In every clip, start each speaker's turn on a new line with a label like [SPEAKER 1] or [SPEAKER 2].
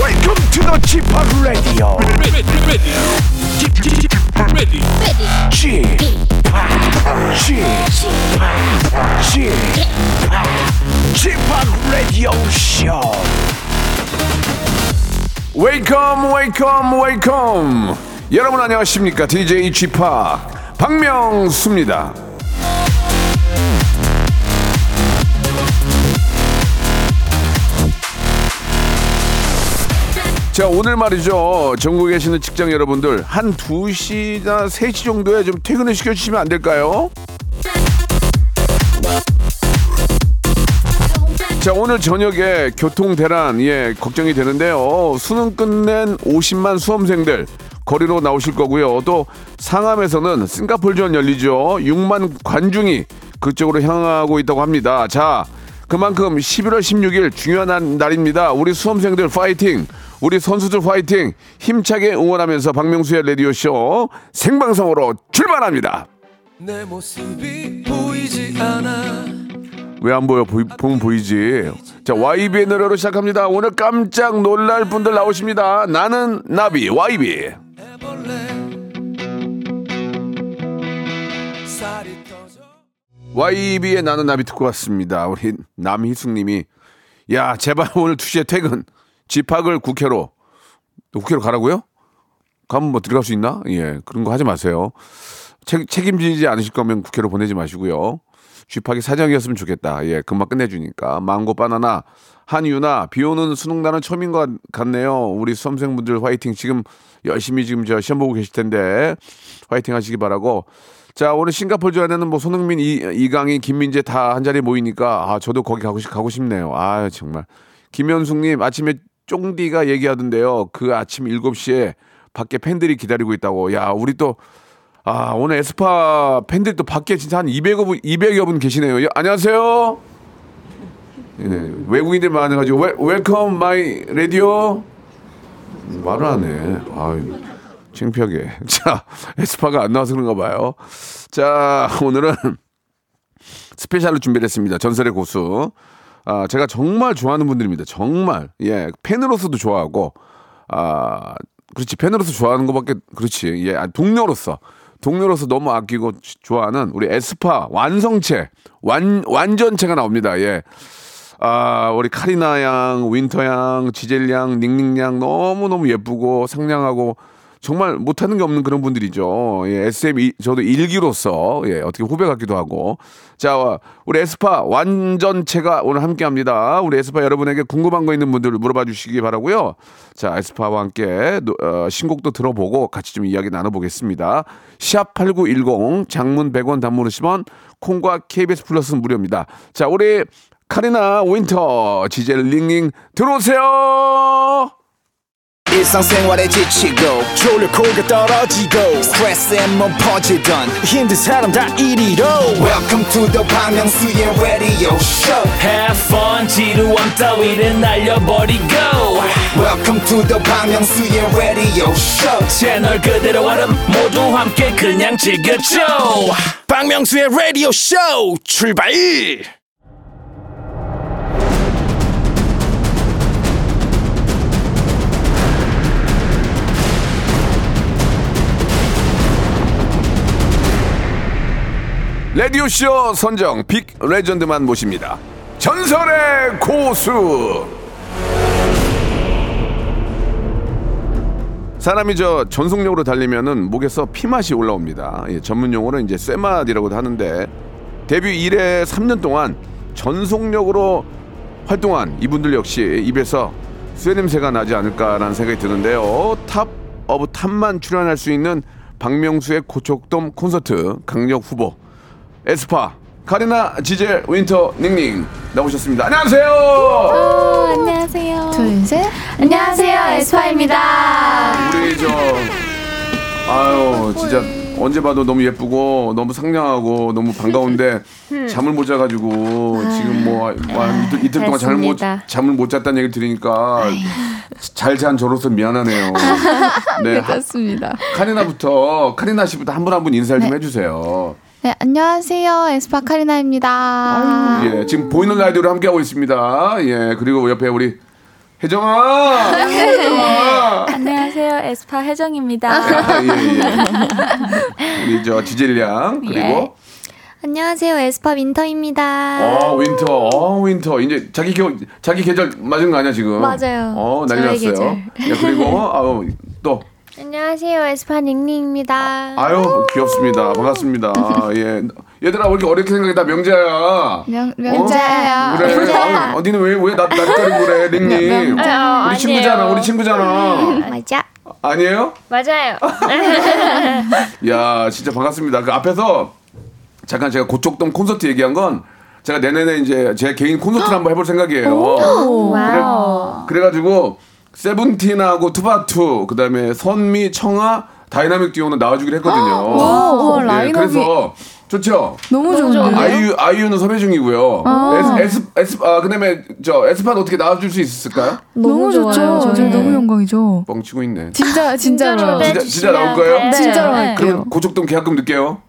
[SPEAKER 1] Welcome to the g p o p Radio.
[SPEAKER 2] ready, ready, ready,
[SPEAKER 1] g p o p G-POP, G-POP Radio Show. Welcome, welcome, welcome. 여러분 안녕하십니까? DJ g p o p 박명수입니다. 자, 오늘 말이죠. 전국에 계시는 직장 여러분들, 한 2시나 3시 정도에 좀 퇴근을 시켜주시면 안 될까요? 자, 오늘 저녁에 교통 대란, 예, 걱정이 되는데요. 수능 끝낸 50만 수험생들, 거리로 나오실 거고요. 또 상암에서는 싱가폴전 열리죠. 6만 관중이 그쪽으로 향하고 있다고 합니다. 자, 그만큼 11월 16일 중요한 한- 날입니다. 우리 수험생들 파이팅! 우리 선수들 파이팅! 힘차게 응원하면서 박명수의 라디오쇼 생방송으로 출발합니다!
[SPEAKER 3] 내 모습이 보이지 않아
[SPEAKER 1] 왜 안 보여? 보이, 보면 보이지. 자, YB의 노래로 시작합니다. 오늘 깜짝 놀랄 분들 나오십니다. 나는 나비, YB.
[SPEAKER 3] 해볼래 살이 떠져
[SPEAKER 1] YB의 나는 나비 듣고 왔습니다. 우리 남희숙님이 야 제발 오늘 2시에 퇴근 집학을 국회로 국회로 가라고요? 가면 뭐 들어갈 수 있나? 예 그런 거 하지 마세요. 책, 책임지지 않으실 거면 국회로 보내지 마시고요. 집학이 사정이었으면 좋겠다. 예 금방 끝내주니까 망고 바나나 한유나 비오는 수능단은 처음인 것 같- 같네요. 우리 수험생분들 화이팅 지금 열심히 지금 저 시험 보고 계실 텐데 화이팅 하시기 바라고 자 오늘 싱가포르 전에는 뭐 손흥민 이, 이강인 김민재 다 한 자리에 모이니까 아 저도 거기 가고 싶 가고 싶네요 아 정말 김현숙님 아침에 쫑디가 얘기하던데요 그 아침 7시에 밖에 팬들이 기다리고 있다고 야 우리 또 아 오늘 에스파 팬들 또 밖에 진짜 한 200여 분 200여 분 계시네요 여- 안녕하세요 예, 외국인들 많아가지고 웰, 웰컴 마이 라디오 말을 안 해. 아유, 창피하게. 자, 에스파가 안 나와서 그런가 봐요. 자, 오늘은 스페셜로 준비를 했습니다. 전설의 고수. 아, 제가 정말 좋아하는 분들입니다. 정말. 예, 팬으로서도 좋아하고, 아, 그렇지. 팬으로서 좋아하는 것밖에, 그렇지. 예, 아, 동료로서. 동료로서 너무 아끼고 지- 좋아하는 우리 에스파 완성체, 완, 완전체가 나옵니다. 예. 아, 우리 카리나 양, 윈터 양, 지젤 양, 닝닝 양 너무너무 예쁘고 상냥하고 정말 못하는 게 없는 그런 분들이죠. 예, SM 이- 저도 일기로서 예, 어떻게 후배 같기도 하고. 자, 와, 우리 에스파 완전체가 오늘 함께 합니다. 우리 에스파 여러분에게 궁금한 거 있는 분들 물어봐 주시기 바라고요. 자, 에스파와 함께 노- 어, 신곡도 들어보고 같이 좀 이야기 나눠보겠습니다. 샵8910 장문 100원 단문 50원 콩과 KBS 플러스는 무료입니다. 자, 우리 카리나 윈터 지젤 링링 들어오세요.
[SPEAKER 4] 일상생활에 지치고, 졸려 코가 떨어지고, 스트레스에 몸 퍼지던, 힘든 사람 다 이리로. welcome to the Bang Myung-soo's radio show
[SPEAKER 5] Have fun 지루함 따위를 날려버리고
[SPEAKER 4] welcome to the Bang Myung-soo's radio show
[SPEAKER 5] 채널 그대로 얼음 모두 함께 그냥 즐겨줘
[SPEAKER 3] 박명수의 라디오 쇼 출발
[SPEAKER 1] 라디오 쇼 선정 빅 레전드만 모십니다. 전설의 고수. 사람이 저 전속력으로 달리면은 목에서 피맛이 올라옵니다. 예, 전문 용어는 이제 쇠맛이라고도 하는데 데뷔 이래 3년 동안 전속력으로 활동한 이분들 역시 입에서 쇠냄새가 나지 않을까라는 생각이 드는데요. 탑 오브 탑만 출연할 수 있는 박명수의 고척돔 콘서트 강력 후보 에스파 카리나 지젤 윈터 닝닝 나오셨습니다. 안녕하세요.
[SPEAKER 6] 어, 안녕하세요.
[SPEAKER 7] 둘, 셋.
[SPEAKER 6] 안녕하세요. 에스파입니다.
[SPEAKER 1] 우리 저 아유 진짜 언제 봐도 너무 예쁘고 너무 상냥하고 너무 반가운데 잠을 못 자가지고 지금 뭐, 뭐 한, 이틀, 이틀 동안 잠을 못,
[SPEAKER 6] 됐습니다.
[SPEAKER 1] 잠을 못 잤다는 얘기를 들으니까 잘 잔 저로서 미안하네요. 네 하-
[SPEAKER 7] 반갑습니다.
[SPEAKER 1] 카리나부터 카리나 씨부터 한 분 한 분 인사를 좀 해주세요.
[SPEAKER 7] 네, 안녕하세요. 에스파 카리나입니다.
[SPEAKER 1] 음. 예 지금 보이는 라디오로 함께 하고 있습니다. 예 그리고 옆에 우리 혜정아!
[SPEAKER 6] 안녕하세요. 에스파 혜정입니다.
[SPEAKER 1] 아, 예, 예. 우리 저 지젤 양
[SPEAKER 6] 예.
[SPEAKER 1] 그리고
[SPEAKER 6] 안녕하세요. 에스파 윈터입니다.
[SPEAKER 1] 어 윈터 어 윈터 이제 자기 겨, 자기 계절 맞은 거 아니야 지금?
[SPEAKER 6] 맞아요.
[SPEAKER 1] 어 난리
[SPEAKER 6] 저의
[SPEAKER 1] 났어요. 야, 그리고 아우 또
[SPEAKER 6] 안녕하세요. 에스파 닉닝입니다.
[SPEAKER 1] 아유 귀엽습니다. 반갑습니다. 예 얘들아 왜 이렇게 어렵게 생각해 나 명자야.
[SPEAKER 6] 네.
[SPEAKER 7] 명, 어? 명자예요.
[SPEAKER 1] 그래. 아유, 언니는 왜왜나 낯가리고 그래
[SPEAKER 6] 네,
[SPEAKER 1] 링님.
[SPEAKER 7] 명자.
[SPEAKER 1] 우리 아, 친구잖아 우리 친구잖아.
[SPEAKER 6] 맞아.
[SPEAKER 1] 아니에요?
[SPEAKER 8] 맞아요.
[SPEAKER 1] 야 진짜 반갑습니다. 그 앞에서 잠깐 제가 고척돔 콘서트 얘기한 건 제가 내년에 이제 제 개인 콘서트를 한번 해볼 생각이에요.
[SPEAKER 8] 와우.
[SPEAKER 1] 그래가지고 세븐틴하고 투바투 그다음에 선미 청아 다이나믹 듀오는 나와주기로 했거든요.
[SPEAKER 7] 와,
[SPEAKER 1] 예,
[SPEAKER 7] 아, 라인업이
[SPEAKER 1] 그래서 좋죠.
[SPEAKER 7] 너무 좋은데.
[SPEAKER 1] 아이유 아이유는 섭외 중이고요. 에스 에스 에스 아 그다음에 저 에스판 어떻게 나와줄 수 있을까요?
[SPEAKER 7] 너무 좋죠. 저희 네. 너무 영광이죠.
[SPEAKER 1] 뻥치고 있네.
[SPEAKER 7] 진짜 진짜로.
[SPEAKER 8] 초대해
[SPEAKER 1] 진짜- 진짜
[SPEAKER 8] 주시면
[SPEAKER 1] 나올 거예요?
[SPEAKER 8] 네.
[SPEAKER 7] 진짜로 할게요.
[SPEAKER 1] 그럼 고척돔 계약금 늦게요.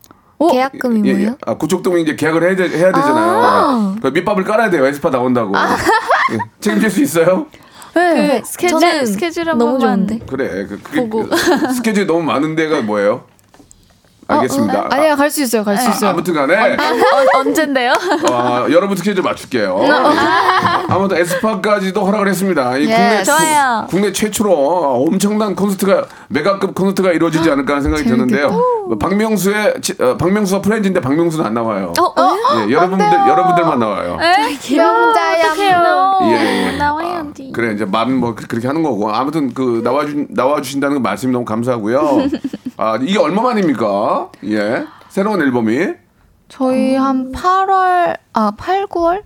[SPEAKER 6] 계약금이
[SPEAKER 1] 예, 예.
[SPEAKER 6] 뭐예요?
[SPEAKER 1] 아, 고척동이 이제 계약을 해야, 되, 해야 되잖아요. 그 밑밥을 깔아야 돼요. 에스파 나온다고. 예. 책임질 수 있어요?
[SPEAKER 7] 네.
[SPEAKER 8] 스케줄
[SPEAKER 6] 저는
[SPEAKER 8] 스케줄 한
[SPEAKER 6] 너무
[SPEAKER 8] 번만.
[SPEAKER 6] 좋은데.
[SPEAKER 1] 그래. 그, 그게, 그 스케줄이 너무 많은 데가 뭐예요? 알겠습니다.
[SPEAKER 7] 아, 아니야 갈 수 있어요. 갈 수 있어요.
[SPEAKER 1] 아무튼 간에
[SPEAKER 8] 어, 언젠데요?
[SPEAKER 1] 어, 여러분 스케줄 맞출게요. 아무튼 에스파까지도 허락을 했습니다. 이 국내,
[SPEAKER 7] 예,
[SPEAKER 8] 좋아요.
[SPEAKER 1] 국내 최초로 엄청난 콘서트가 메가급 콘서트가 이루어지지 않을까 하는 생각이
[SPEAKER 7] 재밌겠다.
[SPEAKER 1] 드는데요. 뭐 박명수의 치- 어, 박명수와 프렌즈인데 박명수는 안 나와요.
[SPEAKER 8] 어, 어?
[SPEAKER 1] 예, 여러분들 여러분들만 나와요.
[SPEAKER 7] 명자야.
[SPEAKER 1] 예, 예.
[SPEAKER 8] 나와요.
[SPEAKER 1] 그래 이제 말은 뭐 그- 그렇게 하는 거고 아무튼 그 나와주 나와주신다는 그 말씀이 너무 감사하고요. 아 이게 얼마만입니까? 예 새로운 앨범이 음.
[SPEAKER 7] 저희 한 8월 아 8, 9월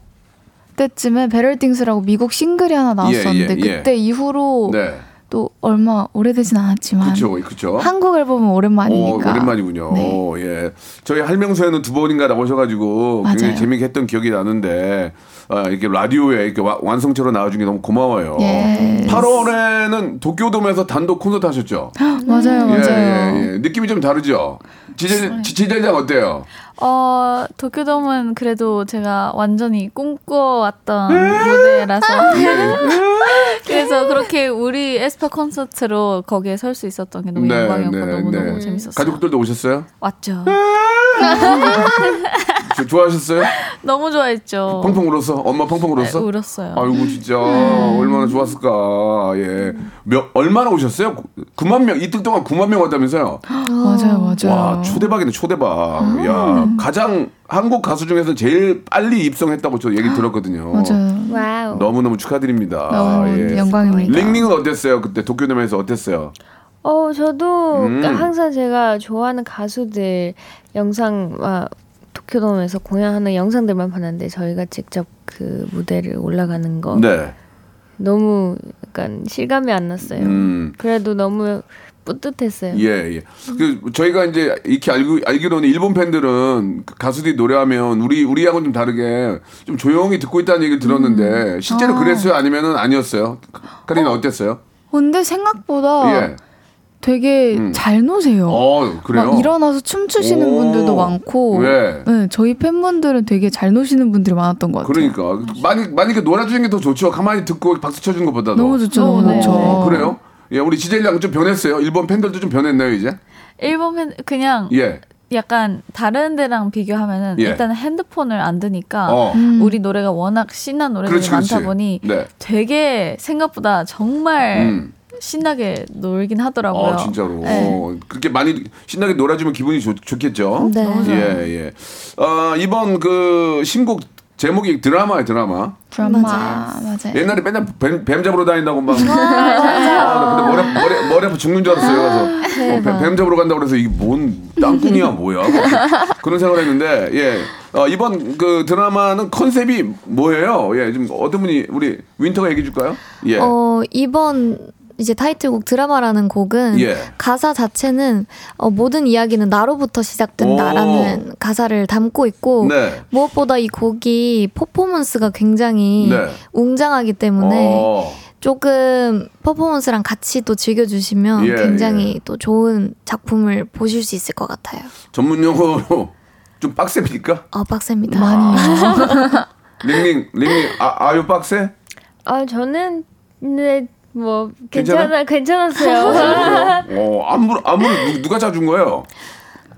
[SPEAKER 7] 때쯤에 베럴띵스라고 미국 싱글이 하나 나왔었는데
[SPEAKER 1] 예, 예, 예.
[SPEAKER 7] 그때 이후로
[SPEAKER 1] 네
[SPEAKER 7] 또 얼마 오래되진 않았지만
[SPEAKER 1] 그렇죠 그렇죠.
[SPEAKER 7] 한국 앨범은
[SPEAKER 1] 어, 오,
[SPEAKER 7] 오랜만이니까.
[SPEAKER 1] 오랜만이군요.
[SPEAKER 7] 네.
[SPEAKER 1] 오, 예. 저희 할명수에는 두 번인가 나오셔가지고 굉장히
[SPEAKER 7] 맞아요.
[SPEAKER 1] 재미있게 했던 기억이 나는데, 아, 이렇게 라디오에 이렇게 와- 완성체로 나와준 게 너무 고마워요.
[SPEAKER 7] 예.
[SPEAKER 1] 8월에는 도쿄돔에서 단독 콘서트 하셨죠?
[SPEAKER 7] 맞아요, 네.
[SPEAKER 1] 예,
[SPEAKER 7] 맞아요.
[SPEAKER 1] 예, 예. 느낌이 좀 다르죠? 지젤, 지젤장 어때요?
[SPEAKER 8] 어, 도쿄돔은 그래도 제가 완전히 꿈꿔왔던
[SPEAKER 1] 음!
[SPEAKER 7] 아,
[SPEAKER 8] 무대라서
[SPEAKER 7] 네.
[SPEAKER 1] 예,
[SPEAKER 8] 그래서 그렇게 우리 에스파 콘서트로 거기에 설 수 있었던 게 너무 영광이었고 너무 너무
[SPEAKER 1] 네,
[SPEAKER 8] 재밌었어요.
[SPEAKER 1] 가족들도 음! 오셨어요?
[SPEAKER 8] 왔죠.
[SPEAKER 1] 저- 좋아하셨어요?
[SPEAKER 8] 너무 좋아했죠.
[SPEAKER 1] 펑펑 울었어? 엄마 펑펑
[SPEAKER 8] 네,
[SPEAKER 1] 울었어?
[SPEAKER 8] 울었어요.
[SPEAKER 1] 아이고 진짜
[SPEAKER 7] 음.
[SPEAKER 1] 얼마나 좋았을까. 예. 몇 얼마나 오셨어요? 9만 명 이틀 동안 9만 명 왔다면서요?
[SPEAKER 7] 맞아요, 맞아요. 아.
[SPEAKER 1] 와 초대박이네 초대박. 야 가장 한국 가수 중에서 제일 빨리 입성했다고 저 얘기 들었거든요.
[SPEAKER 7] 맞아요.
[SPEAKER 6] 와우.
[SPEAKER 1] 너무 너무 축하드립니다. 아, 예.
[SPEAKER 7] 너무 영광입니다.
[SPEAKER 1] 링링은 어땠어요? 그때 도쿄대면에서 어땠어요?
[SPEAKER 9] 어, 저도
[SPEAKER 1] 음.
[SPEAKER 9] 항상 제가 좋아하는 가수들 영상 막 도쿄돔에서 공연하는 영상들만 봤는데 저희가 직접 그 무대를 올라가는
[SPEAKER 7] 어,
[SPEAKER 9] 거
[SPEAKER 1] 네.
[SPEAKER 9] 너무 약간 실감이 안
[SPEAKER 7] 네.
[SPEAKER 9] 났어요.
[SPEAKER 1] 음.
[SPEAKER 9] 그래도 너무 뿌듯했어요.
[SPEAKER 1] 예, 예. 그 저희가 이제 이렇게 알고 알기로는 일본 팬들은 그 가수들이 노래하면 우리 우리하고는 좀 다르게 좀 조용히 듣고 있다는 얘기를 들었는데
[SPEAKER 7] 음.
[SPEAKER 1] 실제로 그랬어요? 아니면은 아니었어요? 카리나 어땠어요?
[SPEAKER 7] 근데 생각보다
[SPEAKER 1] 예.
[SPEAKER 7] 되게
[SPEAKER 1] 음.
[SPEAKER 7] 잘 노세요.
[SPEAKER 1] 어, 그래요.
[SPEAKER 7] 막 일어나서 춤추시는
[SPEAKER 1] 오.
[SPEAKER 7] 분들도 많고,
[SPEAKER 1] 예.
[SPEAKER 7] 네, 저희 팬분들은 되게 잘 노시는 분들이 많았던 것 같아요.
[SPEAKER 1] 그러니까 많이 많이 그 놀아주는 게 더 좋죠. 가만히 듣고 박수 쳐주는 것보다도.
[SPEAKER 7] 너무 좋죠,
[SPEAKER 8] 어,
[SPEAKER 7] 너무
[SPEAKER 8] 네.
[SPEAKER 7] 좋죠.
[SPEAKER 1] 어, 그래요? 예, 우리 지젤이랑 좀 변했어요. 일본 팬들도 좀 변했나요 이제?
[SPEAKER 8] 일본 팬 그냥
[SPEAKER 1] 예.
[SPEAKER 8] 약간 다른 데랑 비교하면은
[SPEAKER 1] 예.
[SPEAKER 8] 일단 핸드폰을 안 드니까
[SPEAKER 1] 어.
[SPEAKER 8] 우리 노래가 워낙 신난 노래들이
[SPEAKER 1] 그렇지,
[SPEAKER 8] 많다
[SPEAKER 1] 그렇지.
[SPEAKER 8] 보니
[SPEAKER 1] 네.
[SPEAKER 8] 되게 생각보다 정말
[SPEAKER 1] 음.
[SPEAKER 8] 신나게 놀긴 하더라고요.
[SPEAKER 1] 아 진짜로
[SPEAKER 8] 네.
[SPEAKER 1] 어, 그렇게 많이 신나게 놀아주면 기분이 좋, 좋겠죠.
[SPEAKER 6] 네.
[SPEAKER 8] 너무 좋아요.
[SPEAKER 1] 예, 예. 아, 이번 그 신곡 제목이 드라마예요, 드라마.
[SPEAKER 7] 드라마 예.
[SPEAKER 6] 맞아요.
[SPEAKER 7] 맞아요.
[SPEAKER 1] 옛날에 맨날 뱀, 뱀 잡으러 다닌다고 막. 아, 근데 머리, 머리, 머리 아파 죽는 줄 알았어요. 그래서 어, 뱀, 뱀 잡으러 간다고 그래서 이게 뭔 땅콩이야, 뭐야. 막 그런 생각을 했는데, 예. 어, 이번 그 드라마는 컨셉이 뭐예요? 예, 지금 어떤 분이, 우리 윈터가 얘기해 줄까요? 예.
[SPEAKER 6] 어, 이번 이제 타이틀곡 드라마라는 곡은
[SPEAKER 1] 예.
[SPEAKER 6] 가사 자체는 어, 모든 이야기는 나로부터 시작된다라는 가사를 담고 있고
[SPEAKER 1] 네.
[SPEAKER 6] 무엇보다 이 곡이 퍼포먼스가 굉장히
[SPEAKER 1] 네.
[SPEAKER 6] 웅장하기 때문에
[SPEAKER 1] 어,
[SPEAKER 6] 조금 퍼포먼스랑 같이 또 즐겨주시면
[SPEAKER 1] 예,
[SPEAKER 6] 굉장히 또 좋은 작품을 보실 수 있을 것 같아요.
[SPEAKER 1] 전문 용어로 좀 빡셉니까?
[SPEAKER 6] 어, 빡셉니다.
[SPEAKER 7] 많이
[SPEAKER 1] 링링, 링링, 아, 아유 빡세?
[SPEAKER 9] 아, 저는 근데 뭐
[SPEAKER 1] 괜찮아?
[SPEAKER 9] 괜찮아 괜찮았어요.
[SPEAKER 1] 어, 안무 안무를 누- 누가 짜준 거예요?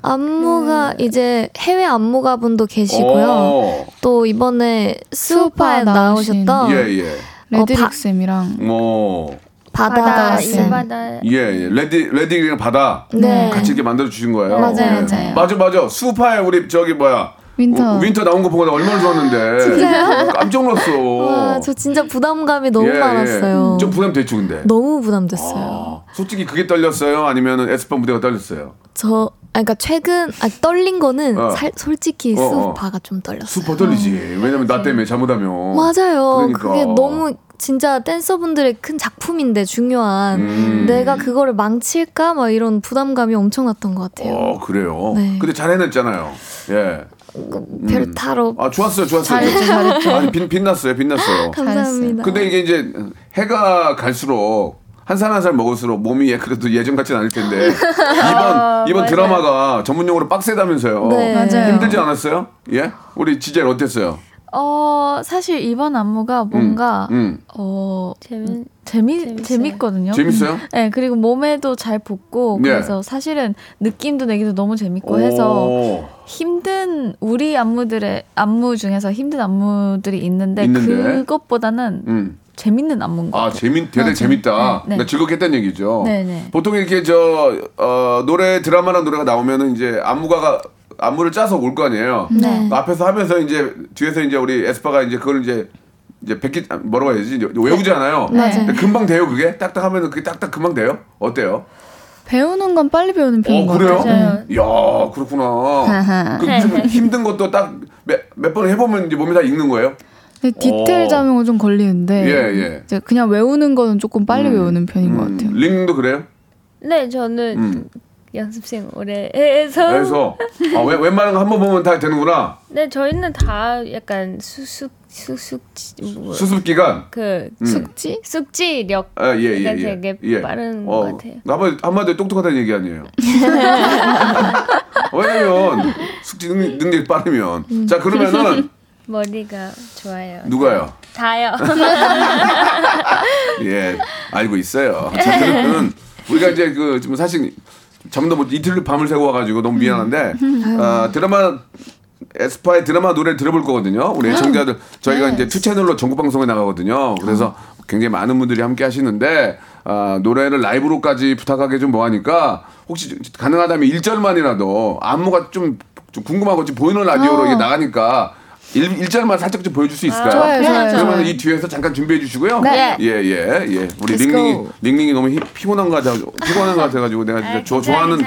[SPEAKER 6] 안무가
[SPEAKER 7] 네.
[SPEAKER 6] 이제 해외 안무가분도 계시고요.
[SPEAKER 1] 어.
[SPEAKER 6] 또 이번에 수우파에
[SPEAKER 7] 수우파에 나오신
[SPEAKER 6] 나오셨던
[SPEAKER 1] 예, 예.
[SPEAKER 6] 어, 바-
[SPEAKER 7] 레드릭 쌤이랑
[SPEAKER 1] 어.
[SPEAKER 6] 바다 쌤.
[SPEAKER 9] 바다.
[SPEAKER 1] 예, 예. 레디 레디랑 바다
[SPEAKER 6] 네.
[SPEAKER 1] 같이 이렇게 만들어 주신 거예요.
[SPEAKER 6] 맞아요,
[SPEAKER 1] 예.
[SPEAKER 7] 맞아요.
[SPEAKER 1] 맞아, 맞아. 수파에 우리 저기 뭐야?
[SPEAKER 7] 윈터.
[SPEAKER 1] 우- 어, 윈터 나온 거 보고 나 얼마나 좋았는데. 진짜요? 깜짝 놀랐어.
[SPEAKER 6] 와, 저 진짜 부담감이 너무
[SPEAKER 1] 예, 예.
[SPEAKER 6] 많았어요.
[SPEAKER 1] 좀 부담 됐죠, 근데.
[SPEAKER 6] 너무 부담됐어요.
[SPEAKER 1] 아, 솔직히 그게 떨렸어요? 아니면은 에스파 무대가 떨렸어요?
[SPEAKER 6] 저, 아, 그러니까 최근, 아, 떨린 거는
[SPEAKER 1] 어.
[SPEAKER 6] 살, 솔직히
[SPEAKER 1] 어, 어.
[SPEAKER 6] 수우파가 좀 떨렸어요.
[SPEAKER 1] 수퍼 떨리지. 왜냐면 나 때문에 잘못하면.
[SPEAKER 6] 맞아요.
[SPEAKER 1] 그러니까.
[SPEAKER 6] 그게 너무 진짜 댄서분들의 큰 작품인데 중요한
[SPEAKER 1] 음.
[SPEAKER 6] 내가 그거를 망칠까 막 이런 부담감이 엄청났던 것 같아요.
[SPEAKER 1] 어, 그래요.
[SPEAKER 6] 네.
[SPEAKER 1] 근데 잘 해냈잖아요. 예.
[SPEAKER 6] 별타로
[SPEAKER 1] 아, 좋았어요, 좋았어요.
[SPEAKER 7] 잘했죠, 잘했죠.
[SPEAKER 1] 아니, 빛, 빛났어요, 빛났어요.
[SPEAKER 6] 감사합니다.
[SPEAKER 1] 근데 이게 이제 해가 갈수록 한 살 한 살 먹을수록 몸이 예, 그래도 예전 같진 않을 텐데 이번 이번 드라마가 전문용어로 빡세다면서요.
[SPEAKER 6] 네.
[SPEAKER 7] 맞아요.
[SPEAKER 1] 힘들지 않았어요? 예? 우리 지젤 어땠어요?
[SPEAKER 8] 어 사실 이번 안무가 뭔가
[SPEAKER 1] 음.
[SPEAKER 8] 어
[SPEAKER 9] 재밌.
[SPEAKER 8] 재미 재밌거든요.
[SPEAKER 1] 재밌어요?
[SPEAKER 8] 네 그리고 몸에도 잘 붙고
[SPEAKER 1] 네.
[SPEAKER 8] 그래서 사실은 느낌도 내기도 너무 재밌고 해서
[SPEAKER 1] 오.
[SPEAKER 8] 힘든 우리 안무들의 안무 중에서 힘든 안무들이 있는데,
[SPEAKER 1] 있는데?
[SPEAKER 8] 그것보다는
[SPEAKER 1] 음.
[SPEAKER 8] 재밌는 안무인 것
[SPEAKER 1] 아,
[SPEAKER 8] 같아요.
[SPEAKER 1] 재밌, 되게 재밌다.
[SPEAKER 8] 네, 네.
[SPEAKER 1] 그러니까 즐겁겠다는 얘기죠.
[SPEAKER 8] 네, 네.
[SPEAKER 1] 보통 이렇게 저, 어, 노래, 드라마나 노래가 나오면은 이제 안무가가, 안무를 짜서 올 거 아니에요.
[SPEAKER 6] 네.
[SPEAKER 1] 앞에서 하면서 이제 뒤에서 이제 우리 에스파가 이제 그걸 이제 이제 백기 아, 뭐라고 해야지 이제 외우잖아요.
[SPEAKER 7] 네.
[SPEAKER 8] 네.
[SPEAKER 6] 맞아요.
[SPEAKER 1] 근데 금방 돼요 그게 딱딱 하면은 그게 딱딱 금방 돼요. 어때요?
[SPEAKER 7] 배우는 건 빨리 배우는 편인
[SPEAKER 1] 어
[SPEAKER 7] 것
[SPEAKER 1] 그래요?
[SPEAKER 7] 같아요.
[SPEAKER 1] 야 그렇구나. 그
[SPEAKER 9] 네.
[SPEAKER 1] 좀 힘든 것도 딱 몇 번 해보면 이제 몸이 다 익는 거예요.
[SPEAKER 7] 근데 디테일
[SPEAKER 1] 어.
[SPEAKER 7] 자명은 좀 걸리는데
[SPEAKER 1] 예, 예.
[SPEAKER 7] 이제 그냥 외우는 거는 조금 빨리 외우는 편인 것
[SPEAKER 1] 음,
[SPEAKER 7] 같아요.
[SPEAKER 1] 링도 그래요?
[SPEAKER 9] 네 저는
[SPEAKER 1] 음.
[SPEAKER 9] 연습생 올해에서.
[SPEAKER 1] 그래서 아, 웬- 웬만한 거 한 번 보면 다 되는구나.
[SPEAKER 9] 네 저희는 다 약간 수숙 수숙
[SPEAKER 7] 네.
[SPEAKER 9] 뭐,
[SPEAKER 1] 수습 기간.
[SPEAKER 9] 그
[SPEAKER 7] 숙지?
[SPEAKER 9] 숙지력
[SPEAKER 1] 음. 아, 예, 예,
[SPEAKER 9] 약간
[SPEAKER 1] 예.
[SPEAKER 9] 되게 빠른 것 음, 같아요.
[SPEAKER 1] 어, 한마디, 한마디로 똑똑하다는 얘기 아니에요. 왜냐면, 숙지 능, 능력이 빠르면. 자, 그러면은,
[SPEAKER 9] 머리가 좋아요.
[SPEAKER 1] 누가요?
[SPEAKER 9] 다요.
[SPEAKER 1] 예, 알고 있어요. 자, 그러면은, 우리가 이제 그, 지금 사실, 잠도 못, 이틀 밤을 새고 와가지고 너무 미안한데, 아, 드라마, 에스파의 드라마 노래를 들어볼 거거든요. 우리 애청자들, 저희가 이제 투 채널로 전국 방송에 나가거든요. 그래서 굉장히 많은 분들이 함께 하시는데, 아, 노래를 라이브로까지 부탁하기 좀 뭐하니까, 혹시 가능하다면 일절만이라도 안무가 좀, 좀 궁금하고 지금 보이는 라디오로 이게 나가니까, 일일절만 살짝 좀 보여줄 수 있을까요?
[SPEAKER 7] 좋아요, 좋아요,
[SPEAKER 1] 그러면
[SPEAKER 7] 좋아요.
[SPEAKER 1] 이 뒤에서 잠깐 준비해 주시고요.
[SPEAKER 7] 네.
[SPEAKER 1] 예, 예, 예. 우리
[SPEAKER 6] Let's
[SPEAKER 1] 링링이
[SPEAKER 6] go.
[SPEAKER 1] 링링이 너무 히- 피곤한 거 같아 피곤한 거 같아가지고 내가 진짜 저 좋아하는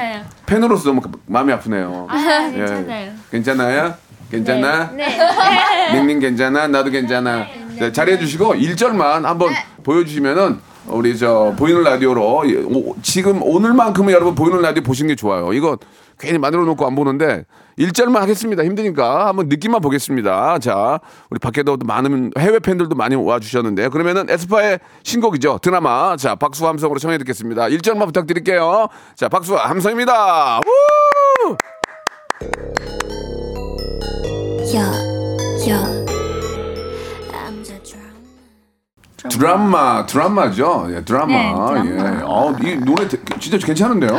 [SPEAKER 1] 팬으로서 너무 마음이 아프네요. 예. 괜찮아요.
[SPEAKER 9] 네.
[SPEAKER 1] 네. 괜찮아요? 괜찮아? 링링 괜찮아? 나도 괜찮아. 자, 잘해 주시고 일절만 한번 보여주시면은 우리 저 보이는 라디오로 예, 오- 지금 오늘만큼은 여러분 보이는 라디오 보시는 게 좋아요. 이거 괜히 만들어 놓고 안 보는데 일절만 하겠습니다. 힘드니까 한번 느낌만 보겠습니다. 자, 우리 밖에도 또 많은 해외 팬들도 많이 와 주셨는데 그러면은 에스파의 신곡이죠. 드라마. 자, 박수와 함성으로 청해 듣겠습니다. 일절만 부탁드릴게요. 자, 박수와 함성입니다. 우! 드라마, 드라마죠. 예, 드라마. 예. 어, 이 노래 되- 진짜 괜찮은데요?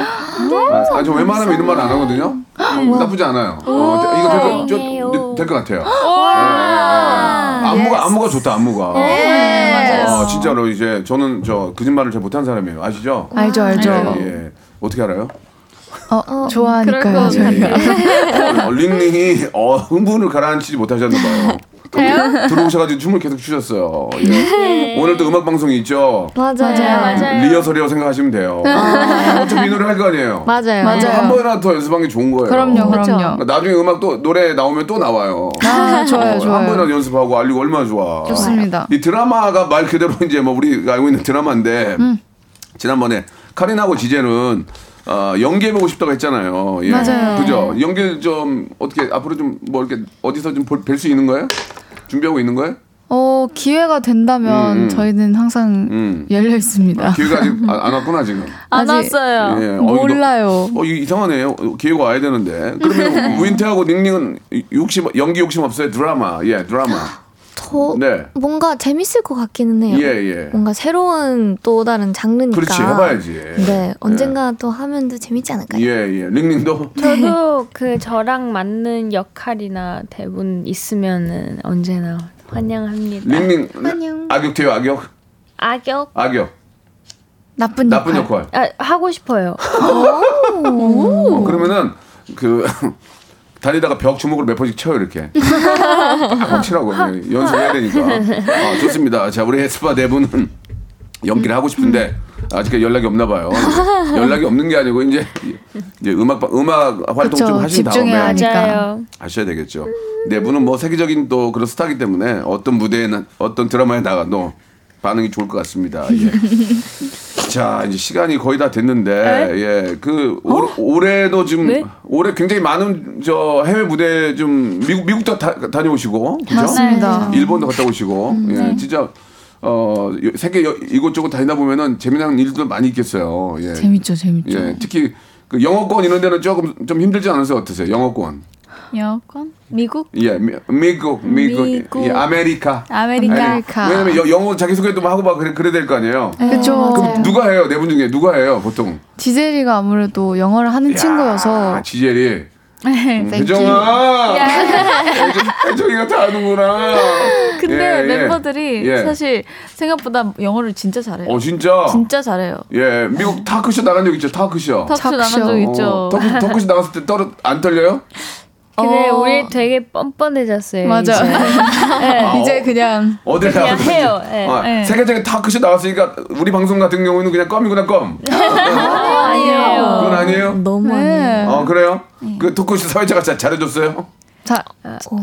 [SPEAKER 1] 아, 저 웬만하면 이런 말 안 하거든요. 네. 나쁘지 않아요. 어, 데- 이거 될것 될것 같아요. 예, 예, 예. 안무가 안무가 좋다 안무가. 아, 진짜로 이제 저는 저 거짓말을 잘 못한 사람이에요. 아시죠?
[SPEAKER 7] 알죠, 알죠.
[SPEAKER 8] 네.
[SPEAKER 1] 예, 예. 어떻게 알아요?
[SPEAKER 7] 어, 좋아하니까요. 저희가.
[SPEAKER 1] 어, 링링이 어, 흥분을 가라앉히지 못하셨나 봐요. 들어오셔가지고 춤을 계속 추셨어요. 예. 오늘 또 음악 방송이 있죠.
[SPEAKER 6] 맞아요.
[SPEAKER 1] 리허설이라고 생각하시면 돼요. 어차피 이 노래 할 거 아니에요. 네.
[SPEAKER 6] 맞아요.
[SPEAKER 7] 네. 맞아요.
[SPEAKER 1] 한 번이라도 더 연습한 게 좋은 거예요.
[SPEAKER 7] 그럼요, 그럼요.
[SPEAKER 1] 그러니까 나중에 음악 또 노래 나오면 또 나와요.
[SPEAKER 7] 그렇죠? 아, 좋아요,
[SPEAKER 1] 한
[SPEAKER 7] 좋아요.
[SPEAKER 1] 번이라도 연습하고 알리고 얼마나 좋아.
[SPEAKER 7] 좋습니다.
[SPEAKER 1] 이 드라마가 말 그대로 이제 뭐 우리가 알고 있는 드라마인데
[SPEAKER 7] 음.
[SPEAKER 1] 지난번에 카린하고 지제는 어, 연기해보고 싶다고 했잖아요. 예.
[SPEAKER 7] 맞아요.
[SPEAKER 1] 그죠? 연기 좀 어떻게 앞으로 좀 뭐 이렇게 어디서 좀 뵐 수 있는 거예요? 준비하고 있는 거예요?
[SPEAKER 7] 어, 기회가 된다면
[SPEAKER 1] 음.
[SPEAKER 7] 저희는 항상
[SPEAKER 1] 음.
[SPEAKER 7] 열려 있습니다.
[SPEAKER 1] 기회가 아직 안- 안 왔구나 지금.
[SPEAKER 8] 안
[SPEAKER 7] 아직-
[SPEAKER 8] 왔어요.
[SPEAKER 1] 예. 어, 이거-
[SPEAKER 7] 몰라요.
[SPEAKER 1] 어 이거 이상하네요. 어, 기회가 와야 되는데. 그러면 윈트하고 닝닝은 욕심 연기 욕심 없어요. 드라마. 예, 드라마.
[SPEAKER 6] 더
[SPEAKER 1] 네.
[SPEAKER 6] 뭔가 재밌을 것 같기는 해요.
[SPEAKER 1] 예, 예.
[SPEAKER 6] 뭔가 새로운 또 다른 장르니까.
[SPEAKER 1] 그렇지, 해봐야지.
[SPEAKER 6] 네, 언젠가 또 하면 또 재밌지 않을까요?
[SPEAKER 1] 예, 예. 링링도?
[SPEAKER 9] 저도 그 저랑 맞는 역할이나 대본 있으면은 언제나 환영합니다.
[SPEAKER 1] 링링.
[SPEAKER 6] 안녕.
[SPEAKER 1] 악역돼요, 악역?
[SPEAKER 9] 악역
[SPEAKER 1] 악역.
[SPEAKER 7] 나쁜
[SPEAKER 1] 나쁜
[SPEAKER 6] 그러니까.
[SPEAKER 7] 역할.
[SPEAKER 1] 역할.
[SPEAKER 9] 아, 하고 싶어요.
[SPEAKER 1] 어, 그러면은 그 다니다가 벽 주먹으로 몇 번씩 쳐요 이렇게 꼭 치라고 예, 연습해야 되니까 아, 좋습니다 자 우리 에스파 네 분은 연기를 하고 싶은데 아직 연락이 없나 봐요 연락이 없는 게 아니고 이제 이제 음악 음악 활동
[SPEAKER 7] 그쵸,
[SPEAKER 1] 좀 하신
[SPEAKER 7] 집중해야
[SPEAKER 1] 다음에
[SPEAKER 7] 하니까.
[SPEAKER 9] 맞아요.
[SPEAKER 1] 하셔야 되겠죠 네 분은 뭐 세계적인 또 그런 스타기 때문에 어떤 무대에는 어떤 드라마에 나가도 반응이 좋을 것 같습니다 예. 자 이제 시간이 거의 다
[SPEAKER 7] 네?
[SPEAKER 1] 됐는데 예그
[SPEAKER 7] 어?
[SPEAKER 1] 올해도 지금
[SPEAKER 9] 네?
[SPEAKER 1] 올해 굉장히 많은 저 해외 무대 좀 미국 미국도 다, 다녀오시고 그죠?
[SPEAKER 7] 맞습니다.
[SPEAKER 1] 일본도 갔다 오시고
[SPEAKER 7] 음,
[SPEAKER 1] 예
[SPEAKER 7] 네.
[SPEAKER 1] 진짜 어 여- 세계 여- 이곳저곳 다니다 보면은 재미난 일도 많이 있겠어요. 예,
[SPEAKER 7] 재밌죠, 재밌죠.
[SPEAKER 1] 예 특히 그 영어권 이런 데는 조금 좀 힘들지 않으세요? 어떠세요? 영어권
[SPEAKER 8] 여권? 미국?
[SPEAKER 1] 예 미, 미국 미국,
[SPEAKER 8] 미국.
[SPEAKER 1] 예, 아메리카
[SPEAKER 8] 아메리카?
[SPEAKER 7] 아메리카.
[SPEAKER 1] 왜냐면 여- 영어 자기소개도 막 하고 막 그래, 그래야 될 거 아니에요.
[SPEAKER 7] 그쵸.
[SPEAKER 1] 그럼 누가 해요? 네 분 중에 누가 해요? 보통
[SPEAKER 7] 지젤이가 아무래도 영어를 하는 친구여서 네,
[SPEAKER 1] 야, 지젤이 음,
[SPEAKER 7] 땡큐.
[SPEAKER 1] 혜정아 혜정- 혜정이가 다 아는구나
[SPEAKER 8] 근데
[SPEAKER 1] 예, 예.
[SPEAKER 8] 멤버들이
[SPEAKER 1] 예.
[SPEAKER 8] 사실 생각보다 영어를 진짜 잘해요.
[SPEAKER 1] 어 진짜
[SPEAKER 8] 진짜 잘해요.
[SPEAKER 1] 예 미국 타크쇼 나간 적 있죠 타크쇼
[SPEAKER 8] 턱쇼
[SPEAKER 7] 턱쇼.
[SPEAKER 8] 나간 적 있죠.
[SPEAKER 1] 크 턱크쇼 나갔을 때 떨어 안 떨려요?
[SPEAKER 9] 근데
[SPEAKER 8] 어.
[SPEAKER 9] 우리 되게 뻔뻔해졌어요.
[SPEAKER 7] 맞아. 네,
[SPEAKER 9] 이제.
[SPEAKER 1] 아,
[SPEAKER 7] 이제 그냥
[SPEAKER 1] 어딜
[SPEAKER 9] 그냥
[SPEAKER 1] 나가든지.
[SPEAKER 9] 해요, 예.
[SPEAKER 1] 아,
[SPEAKER 8] 예.
[SPEAKER 1] 세계적인 타크쇼 나왔으니까 우리 방송 같은 경우는 그냥 껌이구나 껌
[SPEAKER 8] 네.
[SPEAKER 9] 아니에요.
[SPEAKER 1] 그건 아니에요?
[SPEAKER 6] 너무 아니에요.
[SPEAKER 1] 어 그래요?
[SPEAKER 8] 네.
[SPEAKER 1] 그 토크쇼 사회자가 잘, 잘해줬어요?
[SPEAKER 7] 자,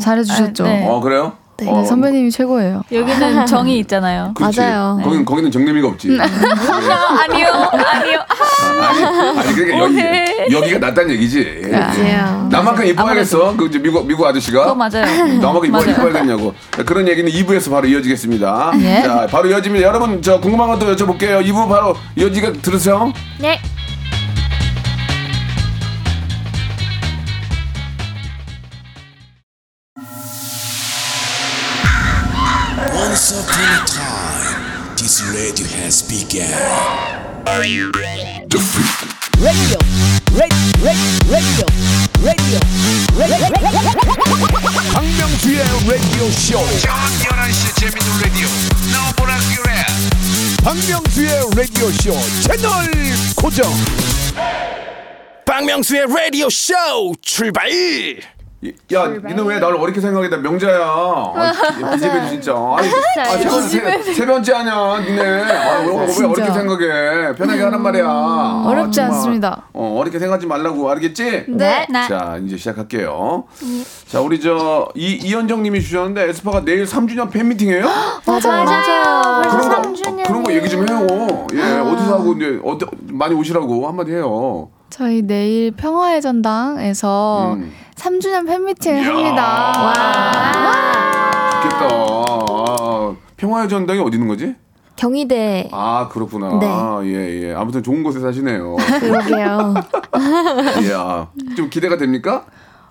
[SPEAKER 7] 잘해주셨죠.
[SPEAKER 8] 아, 네.
[SPEAKER 1] 어 그래요?
[SPEAKER 6] 네.
[SPEAKER 1] 어,
[SPEAKER 7] 네, 선배님이 최고예요.
[SPEAKER 8] 여기는 정이 있잖아요.
[SPEAKER 1] 그렇지.
[SPEAKER 6] 맞아요.
[SPEAKER 1] 거긴 거기는 정리미가 없지. 아,
[SPEAKER 8] 아니요, 아니요.
[SPEAKER 1] 아니, 아니 그러니까 여기, 여기가 낫다는 얘기지.
[SPEAKER 6] 맞아요.
[SPEAKER 1] 나만큼 이뻐야겠어. 그 이제 미국 미국 아저씨가.
[SPEAKER 8] 그거 맞아요.
[SPEAKER 1] 나만큼 이뻐,
[SPEAKER 8] 맞아요.
[SPEAKER 1] 이뻐야겠냐고. 자, 그런 얘기는 2부에서 바로 이어지겠습니다.
[SPEAKER 7] 예.
[SPEAKER 1] 자, 바로 이어지면 여러분 저 궁금한 것도 여쭤볼게요. 2부 바로 이어지게 들으세요.
[SPEAKER 9] 네.
[SPEAKER 2] Once upon a time, this radio has begun.
[SPEAKER 3] 박명수의 라디오 쇼 출발
[SPEAKER 1] 이- 야, 니는 왜 나를 어렵게 생각했다. 명자야. 아, 비집애들 진짜. 아니, 아, 세, 번- 세, 세 번째 아니야, 니네. 아, 왜, 왜
[SPEAKER 7] 진짜. 음,
[SPEAKER 1] 어렵게 생각해. 편하게 하란 말이야. 아,
[SPEAKER 7] 어렵지
[SPEAKER 1] 정말.
[SPEAKER 7] 않습니다.
[SPEAKER 1] 어, 어렵게 생각하지 말라고. 알겠지?
[SPEAKER 8] 네. 나.
[SPEAKER 1] 자 이제 시작할게요.
[SPEAKER 7] 네.
[SPEAKER 1] 자 우리 저 이, 이현정님이 주셨는데 에스파가 내일 3주년 팬미팅이에요?
[SPEAKER 6] 맞아요. 맞아요.
[SPEAKER 1] 그런 거 그런 거 얘기 좀 해요. 예
[SPEAKER 7] 아.
[SPEAKER 1] 어디서 하고 이제 어디 많이 오시라고 한마디 해요.
[SPEAKER 7] 저희 내일 평화의 전당에서
[SPEAKER 1] 음.
[SPEAKER 7] 3주년 팬미팅 을 합니다.
[SPEAKER 1] 좋겠다. 아, 평화의 전당이 어디 있는 거지?
[SPEAKER 6] 경희대
[SPEAKER 1] 아 그렇구나.
[SPEAKER 6] 네.
[SPEAKER 1] 예예. 아무튼 좋은 곳에 사시네요.
[SPEAKER 6] 그러게요.
[SPEAKER 1] 이야 좀 기대가 됩니까?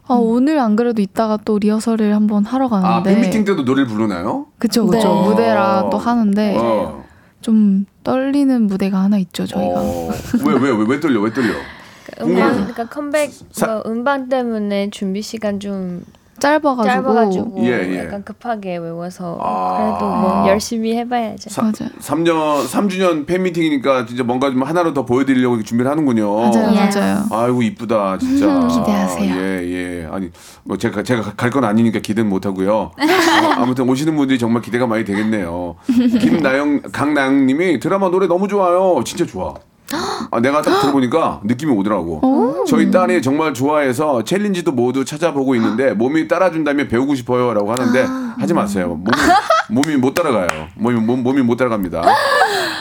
[SPEAKER 7] 아, 오늘 안 그래도 이따가 또 리허설을 한번 하러
[SPEAKER 1] 아
[SPEAKER 7] 가는데.
[SPEAKER 1] 팬미팅 때도 노래를 부르나요?
[SPEAKER 7] 그쵸, 그쵸.
[SPEAKER 6] 네.
[SPEAKER 7] 무대랑 또 하는데
[SPEAKER 1] 어.
[SPEAKER 7] 좀 떨리는 무대가 하나 있죠, 저희가.
[SPEAKER 1] 어. 왜왜왜 왜, 왜 떨려 왜 떨려?
[SPEAKER 9] 음방
[SPEAKER 1] 음.
[SPEAKER 9] 그러니까 컴백
[SPEAKER 1] 사-
[SPEAKER 9] 뭐 음방 때문에 준비 시간 좀
[SPEAKER 7] 짧아가지고.
[SPEAKER 9] 짧아가지고
[SPEAKER 1] 예, 예.
[SPEAKER 9] 약간 급하게 외워서
[SPEAKER 1] 아.
[SPEAKER 9] 그래도 뭐 열심히 해봐야죠.
[SPEAKER 1] 사,
[SPEAKER 7] 맞아요.
[SPEAKER 1] 3년 3주년 팬미팅이니까 진짜 뭔가 좀 하나로 더 보여드리려고 이렇게 준비를 하는군요.
[SPEAKER 7] 맞아요,
[SPEAKER 6] 예.
[SPEAKER 7] 맞아요.
[SPEAKER 1] 아이고 이쁘다 진짜.
[SPEAKER 7] 기대하세요.
[SPEAKER 1] 예예. 아니 뭐 제가 제가 갈 건 아니니까 기대는 못 하고요. 아, 아무튼 오시는 분들이 정말 기대가 많이 되겠네요. 김나영 강나영님이 드라마 노래 너무 좋아요. 진짜 좋아. 아, 내가 딱 들어보니까 느낌이 오더라고. 저희 딸이 정말 좋아해서 챌린지도 모두 찾아보고 있는데 몸이 따라준다면 배우고 싶어요라고 하는데
[SPEAKER 7] 아.
[SPEAKER 1] 하지 마세요. 몸이, 몸이 못 따라가요. 몸이 몸, 몸이 못 따라갑니다.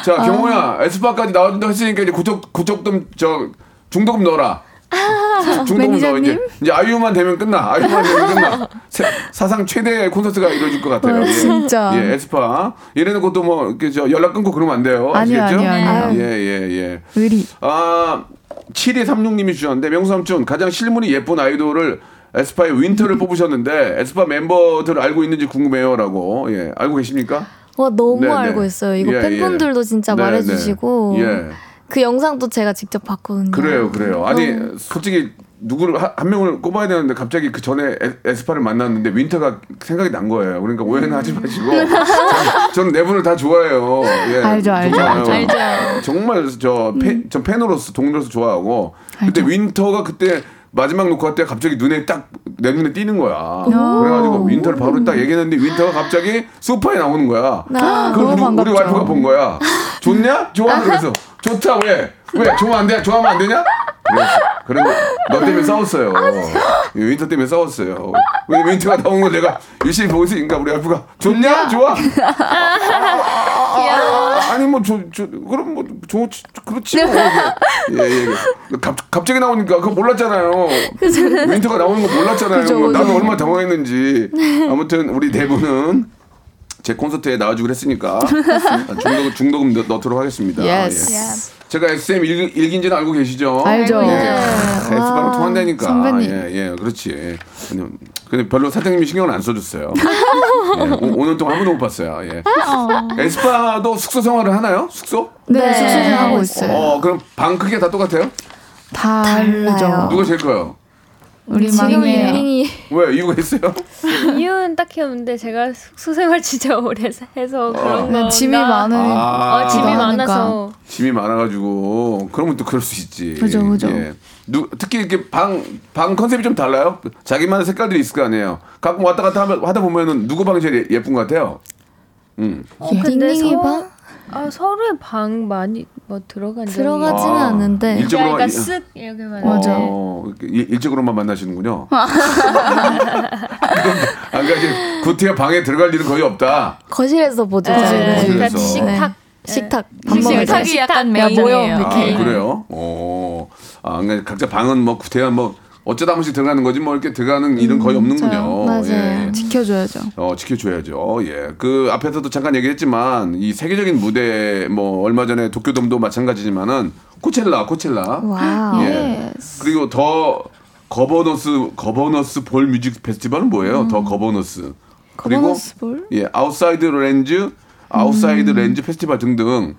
[SPEAKER 1] 자
[SPEAKER 7] 아.
[SPEAKER 1] 경호야 에스파까지 나와준다 했으니까 이제 구독 구독금 저 중독금 넣어라.
[SPEAKER 7] 아,
[SPEAKER 1] 중독금 넣어 이제 이제 아이유만 되면 끝나. 아이유만 되면 끝나. 세- 사상 최대의 콘서트가 이루어질 것 같아요. 예.
[SPEAKER 7] 진짜.
[SPEAKER 1] 예, 에스파. 이래놓고 또 뭐, 이렇게 저 연락 끊고 그러면 안 돼요.
[SPEAKER 7] 아니요,
[SPEAKER 1] 아시겠죠?
[SPEAKER 7] 아니요, 아니요.
[SPEAKER 1] 예, 예, 예.
[SPEAKER 7] 의리.
[SPEAKER 1] 아, 7236님이 주셨는데, 명수삼촌, 가장 실물이 예쁜 아이돌을 에스파의 윈터를 뽑으셨는데 에스파 멤버들을 알고 있는지 궁금해요라고 예 알고 계십니까?
[SPEAKER 6] 와 너무
[SPEAKER 1] 네, 네.
[SPEAKER 6] 알고 있어요. 이거
[SPEAKER 1] 예, 예.
[SPEAKER 6] 팬분들도 진짜
[SPEAKER 1] 네,
[SPEAKER 6] 말해주시고
[SPEAKER 1] 네. 예
[SPEAKER 6] 그 영상도 제가 직접 봤거든요.
[SPEAKER 1] 그래요 그래요 아니
[SPEAKER 6] 너무-
[SPEAKER 1] 솔직히 누구를 하- 한 명을 꼽아야 되는데 갑자기 그 전에 에- 에스파를 만났는데 윈터가 생각이 난 거예요 그러니까 오해는 하지 마시고 저는- 저는 네 분을 다 좋아해요 예,
[SPEAKER 7] 알죠, 알죠,
[SPEAKER 1] 좋아요.
[SPEAKER 8] 알죠.
[SPEAKER 1] 정말 저, 팬, 저 팬으로서 동료로서 좋아하고 그때 윈터가 그때 마지막 녹화 때 갑자기 눈에 딱 내 눈에 띄는 거야. 그래가지고 윈터를 바로 딱 얘기했는데 윈터가 갑자기 소파에 나오는 거야.
[SPEAKER 6] 나-
[SPEAKER 1] 아, 그걸 우리-
[SPEAKER 7] 아, 너무
[SPEAKER 1] 우리
[SPEAKER 7] 반갑죠.
[SPEAKER 1] 와이프가 본 거야. 좋냐? 좋아 그래서 좋다 왜? 왜 좋아 안 돼? 좋아하면 안 되냐? 그래서 그런 너 때문에 싸웠어요.
[SPEAKER 7] 아,
[SPEAKER 1] 윈터 때문에 싸웠어요. 왜 윈터가 나온 걸 내가 유심히 보고 있으니까 우리 와이프가 좋냐? 좋아? 아, 아니 뭐 저 저 그럼 뭐 저, 저, 그렇지 뭐. 예예. 그 갑 갑자기 나오니까 그거 몰랐잖아요. 윈터가 나오는 거 몰랐잖아요. 뭐
[SPEAKER 7] 그죠,
[SPEAKER 1] 나도
[SPEAKER 7] 그죠.
[SPEAKER 1] 얼마나 당황했는지. 아무튼 우리 네 분은 제 콘서트에 나와주기로 했으니까 중독 중독금 넣, 넣도록 하겠습니다.
[SPEAKER 7] Yes.
[SPEAKER 1] 예. 제가 SM 일, 일기인지는 알고 계시죠?
[SPEAKER 7] 알죠.
[SPEAKER 1] 예.
[SPEAKER 6] 알죠.
[SPEAKER 1] S바로
[SPEAKER 6] 와,
[SPEAKER 1] 통한다니까.
[SPEAKER 7] 선배님.
[SPEAKER 1] 예, 예, 그렇지. 근데, 근데 별로 사장님이 신경을 안 써줬어요. 예, 오- 오늘 동안 한 번도 못 봤어요. 예. 에스파도 숙소 생활을 하나요? 숙소?
[SPEAKER 7] 네,
[SPEAKER 6] 네.
[SPEAKER 7] 숙소를 하고 있어요.
[SPEAKER 1] 어, 그럼 방 크기가 다 똑같아요?
[SPEAKER 7] 다르죠.
[SPEAKER 6] 달라요.
[SPEAKER 1] 누가 제일 커요?
[SPEAKER 7] 우리
[SPEAKER 6] 지금
[SPEAKER 7] 막내예요.
[SPEAKER 6] 유민이
[SPEAKER 1] 왜 이유가
[SPEAKER 7] 네.
[SPEAKER 1] 있어요?
[SPEAKER 9] 이유는 딱히 없는데 제가 숙소 생활 진짜 오래 해서 그런
[SPEAKER 7] 네,
[SPEAKER 9] 거.
[SPEAKER 7] 짐이 많은
[SPEAKER 1] 어. 아,
[SPEAKER 9] 어, 짐이
[SPEAKER 7] 그러니까.
[SPEAKER 9] 많아서
[SPEAKER 1] 짐이 많아가지고 그러면 또 그럴 수 있지.
[SPEAKER 7] 그죠, 그죠.
[SPEAKER 1] 예. 누, 특히 이렇게 방, 방 컨셉이 좀 달라요. 자기만의 색깔들이 있을 거 아니에요. 가끔 왔다 갔다 하면- 하다 보면은 누구 방이 제일 예- 예쁜 것 같아요?
[SPEAKER 9] 어,
[SPEAKER 7] 예.
[SPEAKER 9] 근데
[SPEAKER 6] 닝닝이
[SPEAKER 9] 서-
[SPEAKER 6] 방?
[SPEAKER 9] 아, 서로의 방 많이 뭐 들어간 적이
[SPEAKER 6] 들어가지- 하지는 않는데.
[SPEAKER 1] 아, 일적으로
[SPEAKER 9] 그러니까 쓱 이렇게만
[SPEAKER 7] 맞아.
[SPEAKER 9] 네.
[SPEAKER 1] 어, 일- 일적으로만 만나시는군요.
[SPEAKER 6] 아.
[SPEAKER 1] 아까 이제 구티가 방에 들어갈 일은 거의 없다.
[SPEAKER 6] 거실에서 보죠.
[SPEAKER 9] 네,
[SPEAKER 6] 저희는.
[SPEAKER 9] 네.
[SPEAKER 1] 그래서.
[SPEAKER 9] 그러니까 식탁
[SPEAKER 6] 식탁 밥
[SPEAKER 8] 음식
[SPEAKER 6] 먹을 때.
[SPEAKER 8] 타기 약간
[SPEAKER 7] 야, 모여,
[SPEAKER 8] 매력이에요.
[SPEAKER 7] 이렇게.
[SPEAKER 1] 아, 그래요? 어. 아, 그러니까 각자 방은 뭐 구태한 뭐 어쩌다 한 번씩 들어가는 거지 뭐 이렇게 들어가는 일은 거의 없는군요.
[SPEAKER 6] 음, 맞아요.
[SPEAKER 1] 예.
[SPEAKER 7] 지켜줘야죠.
[SPEAKER 1] 어, 지켜줘야죠. 예. 그 앞에서도 잠깐 얘기했지만 이 세계적인 무대 뭐 얼마 전에 도쿄돔도 마찬가지지만은 코첼라, 코첼라.
[SPEAKER 6] 와우.
[SPEAKER 7] 네.
[SPEAKER 1] 예. 그리고 더 거버너스 거버너스 볼 뮤직 페스티벌은 뭐예요? 더 거버너스.
[SPEAKER 7] 음. 거버너스 음. 볼?
[SPEAKER 1] 예, 아웃사이드 렌즈, 아웃사이드 렌즈 페스티벌 등등.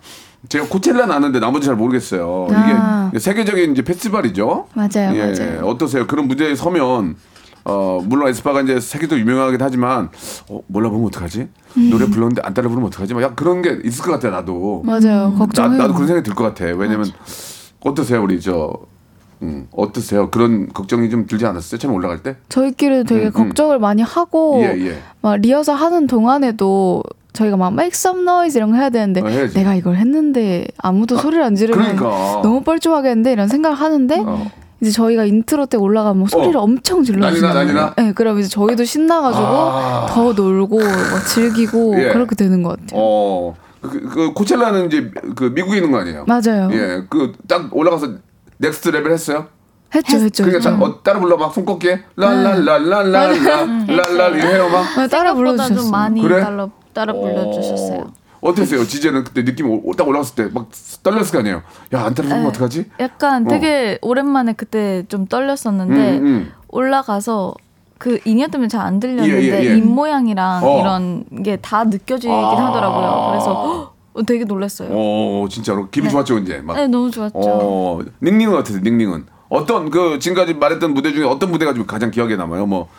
[SPEAKER 1] 제가 코첼라는 아는데 나머지 잘 모르겠어요.
[SPEAKER 7] 아.
[SPEAKER 1] 이게 세계적인 이제 페스티벌이죠.
[SPEAKER 7] 맞아요,
[SPEAKER 1] 예,
[SPEAKER 7] 맞아요.
[SPEAKER 1] 어떠세요? 그런 무대에 서면 어 물론 에스파가 이제 세계도 유명하긴 하지만 어, 몰라보면 어떡하지? 노래
[SPEAKER 7] 음.
[SPEAKER 1] 불렀는데 안 따라 부르면 어떡하지? 막 약간 그런 게 있을 것 같아 요 나도.
[SPEAKER 7] 맞아요.
[SPEAKER 1] 나,
[SPEAKER 7] 걱정해요.
[SPEAKER 1] 나도 그런 생각이 들 것 같아. 왜냐면 어떠세요 우리 저 음, 어떠세요? 그런 걱정이 좀 들지 않았어요? 처음 올라갈 때?
[SPEAKER 7] 저희끼리도 되게
[SPEAKER 1] 음, 음.
[SPEAKER 7] 걱정을 많이 하고
[SPEAKER 1] 예, 예.
[SPEAKER 7] 막 리허설 하는 동안에도 저희가 막 make some noise 이런 거 해야 되는데
[SPEAKER 1] 어, 해야지.
[SPEAKER 7] 내가 이걸 했는데 아무도 소리를 안 지르면
[SPEAKER 1] 그러니까.
[SPEAKER 7] 너무 뻘쭘하겠는데 이런 생각을 하는데
[SPEAKER 1] 어.
[SPEAKER 7] 이제 저희가 인트로 때 올라가면 소리를 엄청 질러주잖아요.
[SPEAKER 1] 난리 나, 난리
[SPEAKER 7] 네, 그럼 이제 저희도 신나가지고
[SPEAKER 1] 아.
[SPEAKER 7] 더 놀고 막 즐기고
[SPEAKER 1] 예.
[SPEAKER 7] 그렇게 되는 것 같아요.
[SPEAKER 1] 어. 그, 그 코첼라는 이제 그 미국에 있는 거 아니에요?
[SPEAKER 7] 맞아요.
[SPEAKER 1] 예. 그 딱 올라가서 넥스트 레벨 했어요?
[SPEAKER 7] 했죠, 네. 했죠.
[SPEAKER 1] 그러니까 다,
[SPEAKER 7] 했죠.
[SPEAKER 1] 어, 따라 불러 막 손꼽게
[SPEAKER 7] 음,
[SPEAKER 1] 랄랄랄랄랄랄랄랄 이렇게 해요 막.
[SPEAKER 7] 네, 따라
[SPEAKER 8] 생각보다
[SPEAKER 7] 불러주셨어요.
[SPEAKER 8] 좀 많이
[SPEAKER 1] 그래?
[SPEAKER 8] 따라,
[SPEAKER 7] 어.
[SPEAKER 8] 따라 불러주셨어요.
[SPEAKER 1] 어, 어땠어요? 지제는 그때 느낌이 오- 딱 올라왔을 때 막 떨렸을 거 아니에요. 야, 안 따라 부르면
[SPEAKER 8] 네.
[SPEAKER 1] 어떡하지?
[SPEAKER 8] 약간
[SPEAKER 1] 어.
[SPEAKER 8] 되게 오랜만에 그때 좀
[SPEAKER 7] 네.
[SPEAKER 8] 떨렸었는데
[SPEAKER 1] 음, 음.
[SPEAKER 8] 올라가서 그 인이어 때문에 잘 안 들렸는데
[SPEAKER 1] 예, 예, 예.
[SPEAKER 8] 입 모양이랑
[SPEAKER 1] 어.
[SPEAKER 8] 이런 게 다 느껴지긴
[SPEAKER 1] 아.
[SPEAKER 8] 하더라고요. 그래서 헉! 되게 놀랐어요.
[SPEAKER 1] 어, 진짜로 기분 좋았죠, 이제. 막.
[SPEAKER 8] 네, 너무 좋았죠.
[SPEAKER 1] 어, 닝닝은 어땠어요? 닝닝은 어떤 그 지금까지 말했던 무대 중에 어떤 무대가 좀 가장 기억에 남아요? 뭐저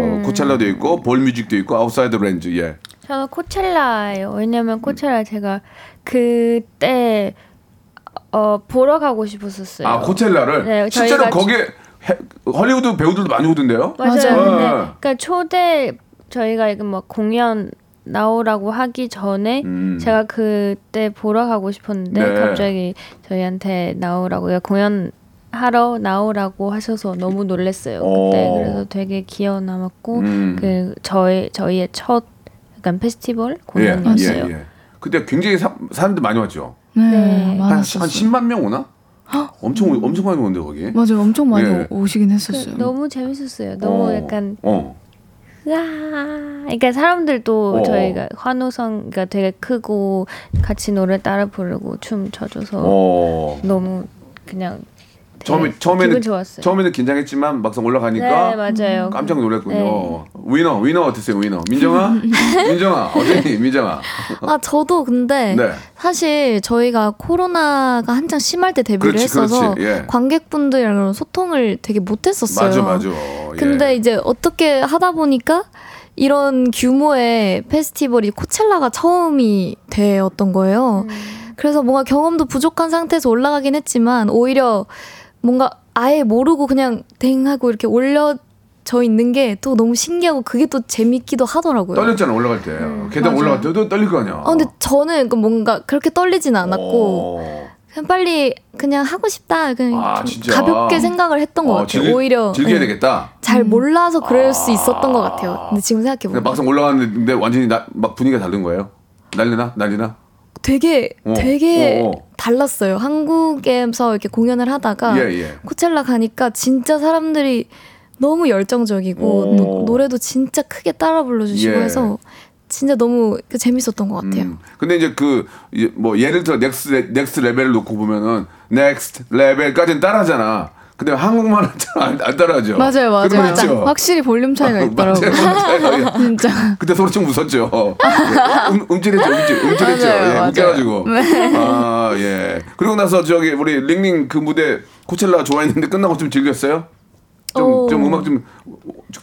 [SPEAKER 9] 음.
[SPEAKER 1] 코첼라도 있고 볼 뮤직도 있고 아웃사이드 렌즈 예.
[SPEAKER 9] 저는 코첼라예요. 왜냐면 코첼라 제가 그때 어 보러 가고 싶었었어요.
[SPEAKER 1] 아 코첼라를
[SPEAKER 9] 네,
[SPEAKER 1] 실제로
[SPEAKER 9] 저희가
[SPEAKER 1] 거기에 해- 헐리우드 배우들도 많이 오던데요?
[SPEAKER 9] 맞아요.
[SPEAKER 7] 맞아요.
[SPEAKER 9] 근데
[SPEAKER 1] 네.
[SPEAKER 9] 그러니까 초대 저희가 이거 뭐 공연 나오라고 하기 전에
[SPEAKER 1] 음.
[SPEAKER 9] 제가 그때 보러 가고 싶었는데
[SPEAKER 1] 네.
[SPEAKER 9] 갑자기 저희한테 나오라고요. 공연 하러 나오라고 하셔서 너무 놀랐어요. 그때
[SPEAKER 1] 어.
[SPEAKER 9] 그래서 되게 기억 남았고
[SPEAKER 1] 음.
[SPEAKER 9] 그 저희 저희의 첫 약간 페스티벌 공연이었어요.
[SPEAKER 1] 예, 예. 근데 굉장히 사, 사람들 많이 왔죠.
[SPEAKER 7] 네,
[SPEAKER 9] 네.
[SPEAKER 1] 한, 한
[SPEAKER 7] 많았었어요.
[SPEAKER 1] 10만 명 오나? 엄청 오- 엄청 많이 오는데 거기.
[SPEAKER 7] 맞아요, 엄청 많이
[SPEAKER 1] 예.
[SPEAKER 7] 오- 오시긴
[SPEAKER 9] 그
[SPEAKER 7] 했었어요.
[SPEAKER 8] 네,
[SPEAKER 9] 너무 재밌었어요. 뭐, 너무
[SPEAKER 1] 어.
[SPEAKER 9] 약간
[SPEAKER 1] 어.
[SPEAKER 9] 으아. 그러니까 사람들도
[SPEAKER 1] 어.
[SPEAKER 9] 저희가 환호성가 되게 크고 어. 같이 노래 따라 부르고 춤 춰줘서
[SPEAKER 1] 어.
[SPEAKER 9] 너무 그냥
[SPEAKER 1] 처음에
[SPEAKER 9] 네,
[SPEAKER 1] 처음에는
[SPEAKER 9] 기분 좋았어요.
[SPEAKER 1] 처음에는 긴장했지만 막상 올라가니까 음.
[SPEAKER 9] 네 맞아요.
[SPEAKER 1] 깜짝 놀랐군요.
[SPEAKER 9] 네.
[SPEAKER 1] 위너 위너 어땠어요 위너 민정아 민정아 어땠니 민정아
[SPEAKER 6] 아 저도 근데
[SPEAKER 1] 네.
[SPEAKER 6] 사실 저희가 코로나가 한창 심할 때 데뷔를
[SPEAKER 1] 그렇지,
[SPEAKER 6] 했어서
[SPEAKER 1] 그렇지, 예.
[SPEAKER 6] 관객분들이랑 소통을 되게 못했었어요.
[SPEAKER 1] 맞아 맞아.
[SPEAKER 6] 근데
[SPEAKER 1] 예.
[SPEAKER 6] 이제 어떻게 하다 보니까 이런 규모의 페스티벌이 코첼라가 처음이 되었던
[SPEAKER 9] 어.
[SPEAKER 6] 거예요.
[SPEAKER 9] 음.
[SPEAKER 6] 그래서 뭔가 경험도 부족한 상태에서 올라가긴 했지만 오히려 뭔가 아예 모르고 그냥 댕 하고 이렇게 올려져 있는 게 또 너무 신기하고 그게 또 재밌기도 하더라고요.
[SPEAKER 1] 떨렸잖아 올라갈 때 계단 올라갈 때도 떨릴 거 아니야.
[SPEAKER 6] 아, 근데 저는 그 뭔가 그렇게 떨리진 않았고
[SPEAKER 1] 어.
[SPEAKER 6] 그냥 빨리 그냥 하고 싶다 그냥
[SPEAKER 1] 아,
[SPEAKER 6] 좀
[SPEAKER 1] 진짜.
[SPEAKER 6] 가볍게 생각을 했던 것
[SPEAKER 1] 어,
[SPEAKER 6] 같아요.
[SPEAKER 1] 즐길-
[SPEAKER 6] 오히려
[SPEAKER 1] 즐겨야
[SPEAKER 6] 네.
[SPEAKER 1] 되겠다.
[SPEAKER 6] 잘 몰라서 그럴 수 있었던 것 같아요. 근데 지금 생각해
[SPEAKER 1] 근데
[SPEAKER 6] 보면
[SPEAKER 1] 막상 올라갔는데 완전히 나, 막 분위기가 다른 거예요. 난리나 난리나.
[SPEAKER 6] 되게
[SPEAKER 1] 어.
[SPEAKER 6] 되게
[SPEAKER 1] 어, 어.
[SPEAKER 6] 달랐어요. 한국에서 이렇게 공연을 하다가
[SPEAKER 1] 예, 예.
[SPEAKER 6] 코첼라 가니까 진짜 사람들이 너무 열정적이고
[SPEAKER 1] 오.
[SPEAKER 6] 노- 노래도 진짜 크게 따라 불러주시고
[SPEAKER 1] 어. 예.
[SPEAKER 6] 해서 진짜 너무 그 재밌었던 것 같아요.
[SPEAKER 1] 음. 근데 이제 그 뭐 예를 들어 넥스 레- 넥스 레벨을 놓고 보면은 넥스트 레벨까지는 따라하잖아. 근데 한국말은 잘안 안 따라하죠.
[SPEAKER 7] 맞아요, 맞아요.
[SPEAKER 1] 그건 그렇죠.
[SPEAKER 7] 확실히 볼륨 차이가 있더라고요.
[SPEAKER 1] 맞아요, 맞아요.
[SPEAKER 7] 진짜.
[SPEAKER 1] 그때 서로 좀 웃었죠. 예. 음, 음질했죠, 음질, 음질했죠.
[SPEAKER 7] 맞아요, 네.
[SPEAKER 1] 예,
[SPEAKER 7] 맞아요.
[SPEAKER 1] 웃겨가지고. 아 예. 그리고 나서 저기 우리 링링 그 무대 코첼라 좋아했는데 끝나고 좀 즐겼어요? 좀,
[SPEAKER 6] 오.
[SPEAKER 1] 좀 음악 좀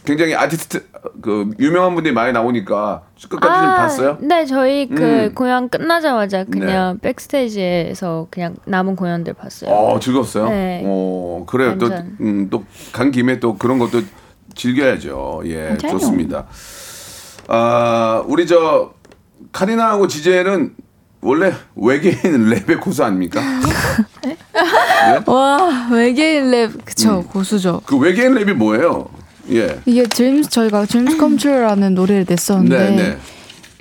[SPEAKER 1] 굉장히 아티스트 그 유명한 분들이 많이 나오니까 끝까지 그러니까 좀
[SPEAKER 7] 아,
[SPEAKER 1] 봤어요?
[SPEAKER 9] 네, 저희 그
[SPEAKER 1] 음. 네.
[SPEAKER 9] 공연 끝나자마자 그냥 백스테이지에서 그냥 남은 공연들 봤어요.
[SPEAKER 1] 어 즐거웠어요.
[SPEAKER 9] 네.
[SPEAKER 1] 어 그래요. 음,
[SPEAKER 9] 완전.
[SPEAKER 1] 또또간 김에 또 그런 것도 즐겨야죠. 예,
[SPEAKER 7] 맞아요.
[SPEAKER 1] 좋습니다. 아 우리 저 카리나하고 지젤은 원래 외계인 랩의 고수 아닙니까?
[SPEAKER 7] 와, 외계인 랩. 그쵸, 고수죠.
[SPEAKER 1] 그 외계인 랩이 뭐예요? 예.
[SPEAKER 7] 이게 드림스, 저희가 드림스 컴츄라는 노래를 냈었는데.
[SPEAKER 1] 음. 네, 네.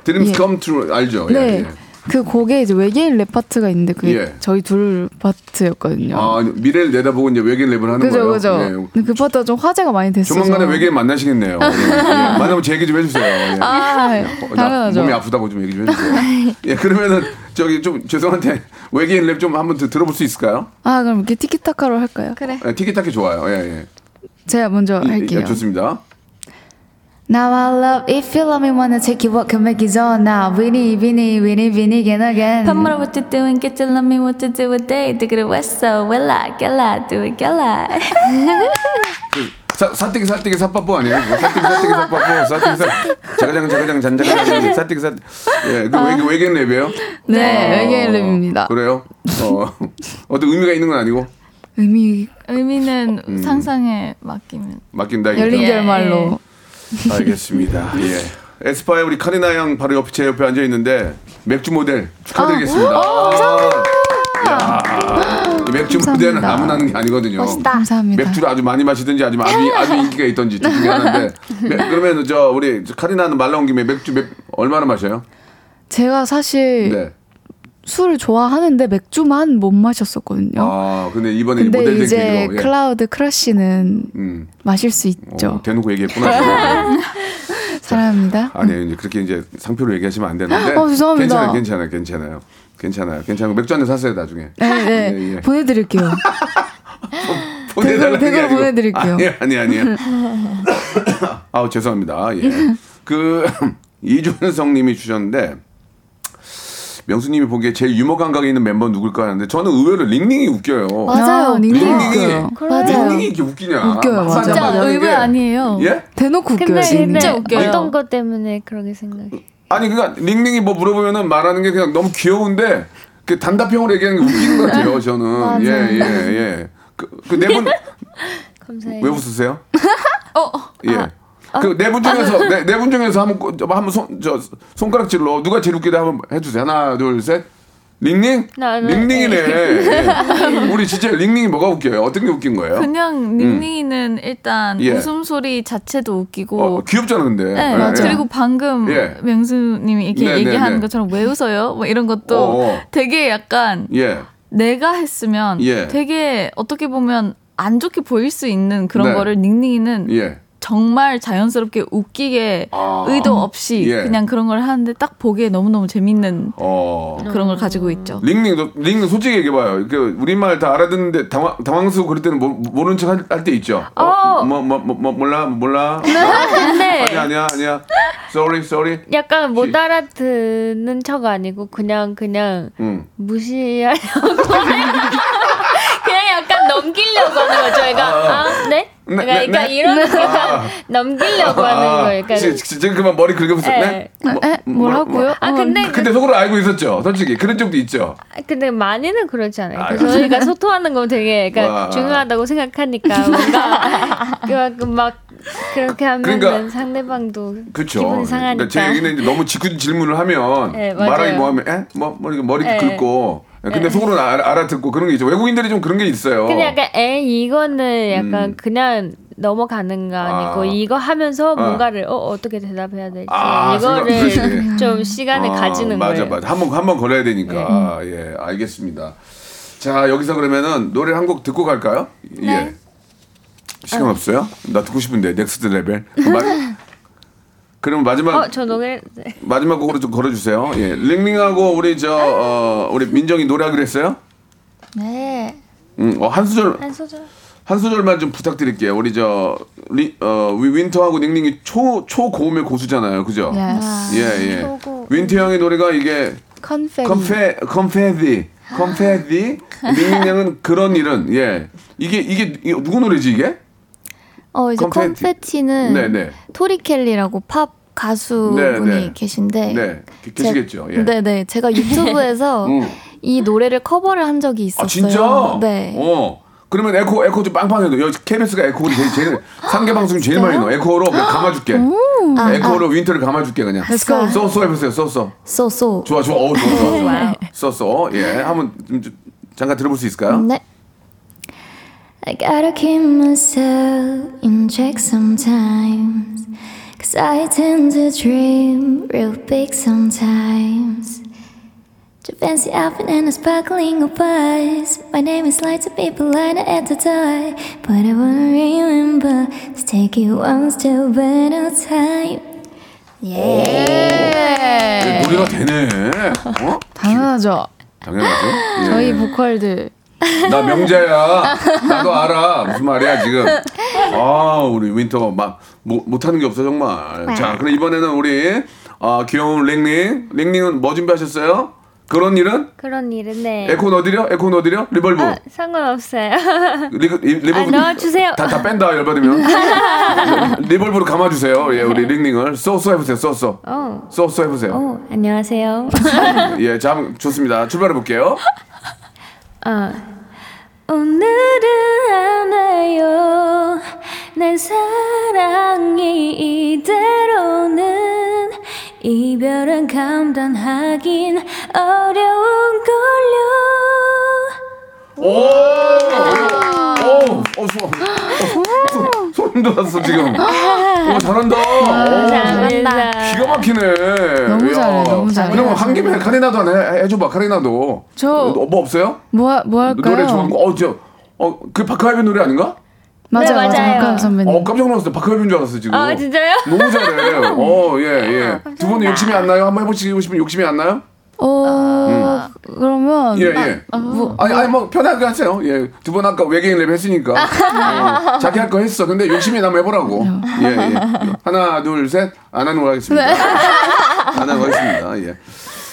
[SPEAKER 1] 드림스
[SPEAKER 7] 음, 예.
[SPEAKER 1] 컴 트루 알죠? 예,
[SPEAKER 7] 네.
[SPEAKER 1] 예.
[SPEAKER 7] 그 곡에 이제 외계인 랩 파트가 있는데 그게
[SPEAKER 1] 예.
[SPEAKER 7] 저희 둘 파트였거든요.
[SPEAKER 1] 아 미래를 내다보고 이제 외계인 랩을 하는
[SPEAKER 7] 그죠,
[SPEAKER 1] 거예요.
[SPEAKER 7] 그죠.
[SPEAKER 1] 예.
[SPEAKER 7] 근데 그 파트가 좀 화제가 많이 됐어요.
[SPEAKER 1] 조만간에 외계인 만나시겠네요. 예, 예. 만나면 제 얘기 좀 해주세요. 예.
[SPEAKER 7] 아,
[SPEAKER 1] 어, 나
[SPEAKER 7] 당연하죠.
[SPEAKER 1] 몸이 아프다고 좀 얘기 좀 해주세요. 예, 그러면은 저기 좀 죄송한데 외계인 랩 좀 한번 더 들어볼 수 있을까요?
[SPEAKER 7] 아, 그럼 이렇게 티키타카로 할까요?
[SPEAKER 8] 그래.
[SPEAKER 1] 예, 티키타키 좋아요. 예, 예.
[SPEAKER 7] 제가 먼저
[SPEAKER 1] 예,
[SPEAKER 7] 할게요.
[SPEAKER 1] 예, 좋습니다.
[SPEAKER 7] Now I love if you love me wanna take you walk and make it all now. Winnie, Winnie, Winnie, Winnie again again.
[SPEAKER 8] Come on, what you doing? Get to love me, what you do with day? Do it, what's so? Will I? Get I? Do it, get I?
[SPEAKER 1] 사, 사띠기 사띠기 사빠뽀 아니에요? 그거? 사띠기 사띠기 사빠뽀 사띠기 사 자가장 자가장 잔자가장 사띠기 사띠 예, 그 외계, 외계인 랩이에요?
[SPEAKER 7] 아. 네,
[SPEAKER 1] 어,
[SPEAKER 7] 외계인 랩입니다.
[SPEAKER 1] 그래요? 어, 어떤 의미가 있는 건 아니고
[SPEAKER 7] 의미
[SPEAKER 1] 어,
[SPEAKER 8] 의미는
[SPEAKER 1] 음.
[SPEAKER 8] 상상에 맡기면.
[SPEAKER 1] 맡긴다. 이거죠?
[SPEAKER 7] 열린 결말로.
[SPEAKER 1] 알겠습니다. 예. 에스파의 우리 카리나 양 바로 옆에 제 옆에 앉아 있는데 맥주 모델 축하드리겠습니다. 아, 이야, 이 맥주
[SPEAKER 7] 감사합니다.
[SPEAKER 1] 모델은 아무나 하는 게 아니거든요.
[SPEAKER 7] 감사합니다.
[SPEAKER 1] 어. 맥주를 아주 많이 마시든지 아주 많이 아주 인기가 있던지 둘 중에 하나인데 매- 그러면 저 우리 저 카리나는 말 나온 김에 맥주 몇, 얼마나 마셔요?
[SPEAKER 7] 제가 사실
[SPEAKER 1] 네.
[SPEAKER 7] 술을 좋아하는데 맥주만 못 마셨었거든요.
[SPEAKER 1] 아 근데 이번에 이 모델
[SPEAKER 7] 근데
[SPEAKER 1] 된
[SPEAKER 7] 이제
[SPEAKER 1] 계기로 예.
[SPEAKER 7] 클라우드 크러쉬는
[SPEAKER 1] 음,
[SPEAKER 7] 마실 수
[SPEAKER 1] 어,
[SPEAKER 7] 있죠.
[SPEAKER 1] 대놓고 얘기했구나.
[SPEAKER 7] 사랑합니다.
[SPEAKER 1] 아니 네, 이제 그렇게 이제 상표를 얘기하시면 안 되는데.
[SPEAKER 7] 어, 죄송합니다.
[SPEAKER 1] 괜찮아요, 괜찮아요, 괜찮아요, 괜찮아요, 괜찮아요. 맥주 한 잔 사세요 나중에.
[SPEAKER 7] 네, 네.
[SPEAKER 1] 예, 예.
[SPEAKER 7] 보내드릴게요.
[SPEAKER 1] 보내달라는 게
[SPEAKER 7] 댓글- 댓글
[SPEAKER 1] 아니고.
[SPEAKER 7] 보내드릴게요.
[SPEAKER 1] 아니 아니 아니. 아우 죄송합니다.
[SPEAKER 7] 네.
[SPEAKER 1] 예. 그 이준성님이 주셨는데 명수님이 보기에 제일 유머 감각이 있는 멤버 누굴까 하는데 저는 의외로 링링이 웃겨요.
[SPEAKER 6] 맞아요.
[SPEAKER 7] 아, 닉네임
[SPEAKER 1] 링링이
[SPEAKER 7] 웃겨요.
[SPEAKER 6] 맞아요.
[SPEAKER 1] 링링이 이렇게 웃기냐?
[SPEAKER 7] 웃겨요,
[SPEAKER 1] 막상
[SPEAKER 7] 맞아.
[SPEAKER 1] 한마디
[SPEAKER 8] 진짜
[SPEAKER 1] 하는
[SPEAKER 8] 의외
[SPEAKER 1] 게-
[SPEAKER 8] 아니에요.
[SPEAKER 1] 예?
[SPEAKER 7] 대놓고 웃겨요.
[SPEAKER 9] 근데
[SPEAKER 7] 진짜.
[SPEAKER 9] 진짜
[SPEAKER 8] 웃겨요.
[SPEAKER 9] 어떤 것 때문에 그렇게 생각해?
[SPEAKER 1] 아니 그러니까 링링이 뭐 물어보면은 말하는 게 그냥 너무 귀여운데 그 단답형으로 얘기하는 게 웃기는 것 같아요. 저는 예예 예. 예. 그네 분 왜
[SPEAKER 9] 감사해요.
[SPEAKER 1] 웃으세요? 어. 예. 그 네 분 중에서 네 분 중에서 한번 꼬- 저 한번 손 저 손가락질로 누가 제일 웃기다 한번 해주세요. 하나 둘 셋. 링링?
[SPEAKER 9] 나는-
[SPEAKER 1] 링링이네. 예. 우리 진짜 링링이 뭐가 웃겨요? 어떤 게 웃긴 거예요?
[SPEAKER 8] 그냥 닝닝이는 일단
[SPEAKER 1] 음. 예.
[SPEAKER 8] 웃음소리 자체도 웃기고.
[SPEAKER 1] 어, 귀엽잖아 근데.
[SPEAKER 8] 네,
[SPEAKER 1] 예, 예.
[SPEAKER 8] 그리고 방금
[SPEAKER 1] 예.
[SPEAKER 8] 명수님이 이렇게
[SPEAKER 1] 네, 네,
[SPEAKER 8] 얘기하는
[SPEAKER 1] 네.
[SPEAKER 8] 것처럼 왜 웃어요? 뭐 이런 것도
[SPEAKER 1] 어.
[SPEAKER 8] 되게 약간
[SPEAKER 1] 예.
[SPEAKER 8] 내가 했으면
[SPEAKER 1] 예.
[SPEAKER 8] 되게 어떻게 보면 안 좋게 보일 수 있는 그런
[SPEAKER 1] 네.
[SPEAKER 8] 거를 닝닝이는
[SPEAKER 1] 예.
[SPEAKER 8] 정말 자연스럽게 웃기게
[SPEAKER 1] 아.
[SPEAKER 8] 의도 없이
[SPEAKER 1] 예.
[SPEAKER 8] 그냥 그런 걸 하는데 딱 보기에 너무너무 재밌는
[SPEAKER 1] 어.
[SPEAKER 8] 그런 걸 가지고 있죠.
[SPEAKER 1] 링링 링 솔직히 얘기해봐요. 이렇게 우리말 다 알아듣는데 당황 당황스러워 그럴 때는 모, 모르는 척할때 있죠.
[SPEAKER 9] 어.
[SPEAKER 1] 뭐, 뭐, 뭐, 뭐, 몰라 몰라.
[SPEAKER 9] 근데
[SPEAKER 1] 아니야 아니야 아니야. Sorry sorry.
[SPEAKER 9] 약간 못
[SPEAKER 1] 혹시-
[SPEAKER 9] 알아듣는 척 아니고 그냥 그냥
[SPEAKER 1] 응.
[SPEAKER 9] 무시하려고 그냥 약간 넘기려고 하는 거죠. 얘가 아, 네?
[SPEAKER 1] 네,
[SPEAKER 9] 그러니까,
[SPEAKER 1] 네,
[SPEAKER 9] 그러니까
[SPEAKER 1] 네.
[SPEAKER 9] 이런 약간 넘기려고 하는 거예요.
[SPEAKER 1] 아, 지-
[SPEAKER 9] 그러니까 예.
[SPEAKER 1] 지- 지금 그만 머리 긁으면서 네? 뭐-
[SPEAKER 8] 에? 뭐라고요?
[SPEAKER 9] 아
[SPEAKER 8] 어,
[SPEAKER 9] 근데
[SPEAKER 1] 근데 속으로 알고 있었죠. 솔직히 그런 적도 있죠.
[SPEAKER 9] 아, 근데 많이는 그렇지 않아요.
[SPEAKER 1] 아,
[SPEAKER 9] 그러니까 저희가 소통하는 건 되게
[SPEAKER 1] 와.
[SPEAKER 9] 그러니까 중요하다고 생각하니까 뭔가 그만큼 막 그렇게 하면은
[SPEAKER 1] 그러니까-
[SPEAKER 9] 상대방도
[SPEAKER 1] 그렇죠.
[SPEAKER 9] 기분이
[SPEAKER 1] 그러니까
[SPEAKER 9] 상하니까.
[SPEAKER 1] 제 얘기는 이제 너무 직구 질문을 하면
[SPEAKER 9] 네, 맞아요.
[SPEAKER 1] 말하기 뭐하면 에? 뭐, 뭐 이렇게 머리
[SPEAKER 9] 네.
[SPEAKER 1] 긁고 예, 근데 속으로는 알, 알아듣고 그런 게 있죠. 외국인들이 좀 그런 게 있어요. 음.
[SPEAKER 9] 근데 약간 에 이거는 약간 그냥 넘어가는 거 아니고
[SPEAKER 1] 아.
[SPEAKER 9] 이거 하면서 뭔가를 어 어떻게 대답해야 될지
[SPEAKER 1] 아,
[SPEAKER 9] 이거를
[SPEAKER 1] 생각-
[SPEAKER 9] 좀 시간을
[SPEAKER 1] 아,
[SPEAKER 9] 가지는
[SPEAKER 1] 맞아,
[SPEAKER 9] 거예요.
[SPEAKER 1] 맞아, 한번 한번 걸어야 되니까. 예, 알겠습니다. 자, 여기서 그러면은 노래 를 한 곡 듣고 갈까요?
[SPEAKER 9] 네.
[SPEAKER 1] 예. 시간 없어요? 나 듣고 싶은데 넥스트 레벨. 마, 그럼 마지막
[SPEAKER 9] 어, 저 노래
[SPEAKER 1] 마지막 곡으로 좀 걸어주세요. 예, 링링하고 우리 저 어, 우리 민정이 노래하기로 했어요.
[SPEAKER 7] 네.
[SPEAKER 1] 음, 어, 한 소절
[SPEAKER 9] 한 소절.
[SPEAKER 1] 한 소절만 좀 부탁드릴게요. 우리 저 리, 어, 위- 윈터하고 닝닝이 초 초고음의 고수잖아요, 그죠?
[SPEAKER 7] Yes.
[SPEAKER 1] 예, 예. 윈터 형의 노래가 이게
[SPEAKER 7] 컨페리.
[SPEAKER 1] 컴페 컴페디 컴페디 닝닝은 그런 일은 예 이게 이게 이거 누구 노래지 이게
[SPEAKER 6] 어 이제
[SPEAKER 1] 컴페티.
[SPEAKER 6] 컴페티. 는
[SPEAKER 1] 네네
[SPEAKER 6] 토리 켈리라고 팝 가수분이
[SPEAKER 1] 네, 네.
[SPEAKER 6] 계신데
[SPEAKER 1] 네 계- 계시겠죠 예.
[SPEAKER 6] 네네 제가 유튜브에서
[SPEAKER 1] 음.
[SPEAKER 6] 이 노래를 커버를 한 적이 있었어요.
[SPEAKER 1] 아 진짜
[SPEAKER 6] 네.
[SPEAKER 1] 어 그러면 에코 에코 좀 빵빵해도 여기 KBS가 에코를 제일 제일 상계 방송 제일 많이 넣어 에코로 그냥 감아줄게
[SPEAKER 6] 아,
[SPEAKER 1] 에코로 윈터를 감아줄게 그냥
[SPEAKER 6] Let's go.
[SPEAKER 1] 써써 해보세요 써써
[SPEAKER 6] 소소.
[SPEAKER 1] 좋아 좋아 어 좋아 좋아
[SPEAKER 6] 네.
[SPEAKER 1] 써써 예 한번 좀, 좀 잠깐 들어볼 수 있을까요?
[SPEAKER 6] 네. I gotta keep myself in check sometimes. Cause I tend to dream real big sometimes. To fancy outfit and a sparkling buzz. My name is lights of people line at the door. But I wanna remember to take it one step at a time. 네.
[SPEAKER 1] 예, 노래가 되네 어?
[SPEAKER 7] 당연하죠.
[SPEAKER 1] 당연하죠 예.
[SPEAKER 7] 저희 보컬들.
[SPEAKER 1] 나 명자야. 나도 알아. 무슨 말이야 지금. 아 우리 윈터가 막 뭐, 못, 못하는 게 없어 정말.
[SPEAKER 9] 네.
[SPEAKER 1] 자 그럼 이번에는 우리 아, 귀여운 랭링. 랭링은 뭐 준비하셨어요? 그런 일은?
[SPEAKER 9] 그런 일은 네.
[SPEAKER 1] 에코 넣어드려? 에코 넣어드려? 리벌브.
[SPEAKER 9] 아, 상관없어요.
[SPEAKER 1] 리, 리, 리벌브.
[SPEAKER 9] 아, 넣어주세요.
[SPEAKER 1] 다, 다 뺀다 열받으면. 리벌브로 감아주세요. 예 우리 랭링을. 쏘쏘 해보세요. 쏘쏘.
[SPEAKER 9] 어.
[SPEAKER 1] 쏘쏘 해보세요.
[SPEAKER 9] 어, 안녕하세요. 어.
[SPEAKER 1] 예, 자 한번 좋습니다. 출발해볼게요.
[SPEAKER 9] 어. 오늘은 안아요 내 사랑이 이대로는 이별은 감당하긴 어려운걸요
[SPEAKER 1] 오! 오! 어, 좋아. 어, 소, 름 돋았어, 지금. 오, 잘한다.
[SPEAKER 7] 어,
[SPEAKER 1] 오,
[SPEAKER 9] 잘한다
[SPEAKER 1] 기가 막히네.
[SPEAKER 7] 너무
[SPEAKER 1] 이야.
[SPEAKER 7] 잘해, 너무 잘해.
[SPEAKER 1] 그럼 한 김에 카리나도 하나 해- 해줘봐, 카리나도.
[SPEAKER 7] 저-
[SPEAKER 1] 어, 뭐 없어요?
[SPEAKER 7] 뭐, 뭐 할까요?
[SPEAKER 1] 노래 좋아한 거. 어, 저, 어, 그 박하빈 노래 아닌가?
[SPEAKER 7] 맞아요,
[SPEAKER 9] 네,
[SPEAKER 7] 맞아요.
[SPEAKER 9] 맞아요.
[SPEAKER 7] 박하빈 선배님.
[SPEAKER 1] 어, 깜짝 놀랐어. 박하빈 줄 알았어, 지금.
[SPEAKER 9] 아 진짜요?
[SPEAKER 1] 너무 잘해. 어, 예, 예. 두 분은 욕심이 안 나요? 한번 해보시고 싶으면 욕심이 안 나요?
[SPEAKER 7] 어, 그러면.
[SPEAKER 1] 예, 예. 아니, 아니, 뭐, 편하게 하세요. 예. 두 번 아까 외계인 랩 했으니까. 어, 자기 할 거 했어. 근데 욕심이 나면 해보라고. 예, 예. 하나, 둘, 셋. 안 하는 거 하겠습니다. 안 하는 거 하겠습니다. 예.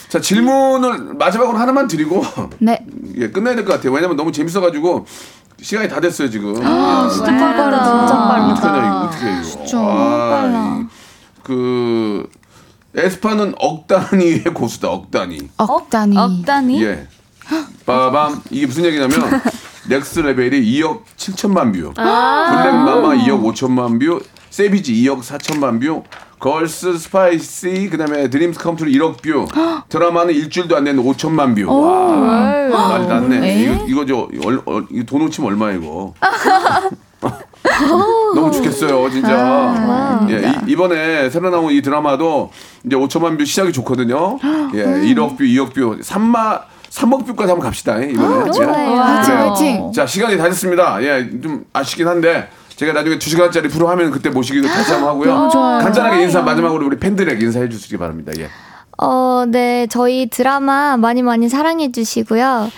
[SPEAKER 1] 자, 질문을 마지막으로 하나만 드리고,
[SPEAKER 7] 네.
[SPEAKER 1] 예, 끝내야 될 것 같아요. 왜냐면 너무 재밌어가지고, 시간이 다 됐어요, 지금. 예.
[SPEAKER 9] 아,
[SPEAKER 7] 진짜 빠르다. 진짜
[SPEAKER 1] 어떡하냐, 이거. 어떻게 해요. 아. 진짜 빨라. 그, 에스파는 억단위의 고수다, 억단위.
[SPEAKER 7] 억단이.
[SPEAKER 8] 억단이
[SPEAKER 1] 예. 빠밤. 이게 무슨 얘기냐면 넥스 레벨이 2억 7천만 뷰. 블랙마마 2억 5천만 뷰. 세비지 2억 4천만 뷰. 걸스 스파이시 그다음에 드림스 컴투 1억 뷰. 드라마는 일주일도 안 된 5천만 뷰. 와. 많이 났네. 이거 이거 저 얼- 얼- 이거 돈 오치면 얼마 이거. 너무 죽겠어요, 진짜. 예, 이, 번에 새로 나온 이 드라마도 이제 5천만 뷰 시작이 좋거든요. 예, 1억 뷰, 2억 뷰, 3마 3억 뷰까지 한번 갑시다. 이번에. 예.
[SPEAKER 7] 네, 화이팅, 화이팅.
[SPEAKER 1] 자, 시간이 다 됐습니다. 예, 좀 아쉽긴 한데 제가 나중에 두 시간짜리 프로 하면 그때 모시기로 다시 한번 하고요.
[SPEAKER 7] 너무 좋아요.
[SPEAKER 1] 간단하게 인사 마지막으로 우리 팬들에게 인사해 주시기 바랍니다. 예.
[SPEAKER 6] 어, 네. 저희 드라마 많이 많이 사랑해 주시고요.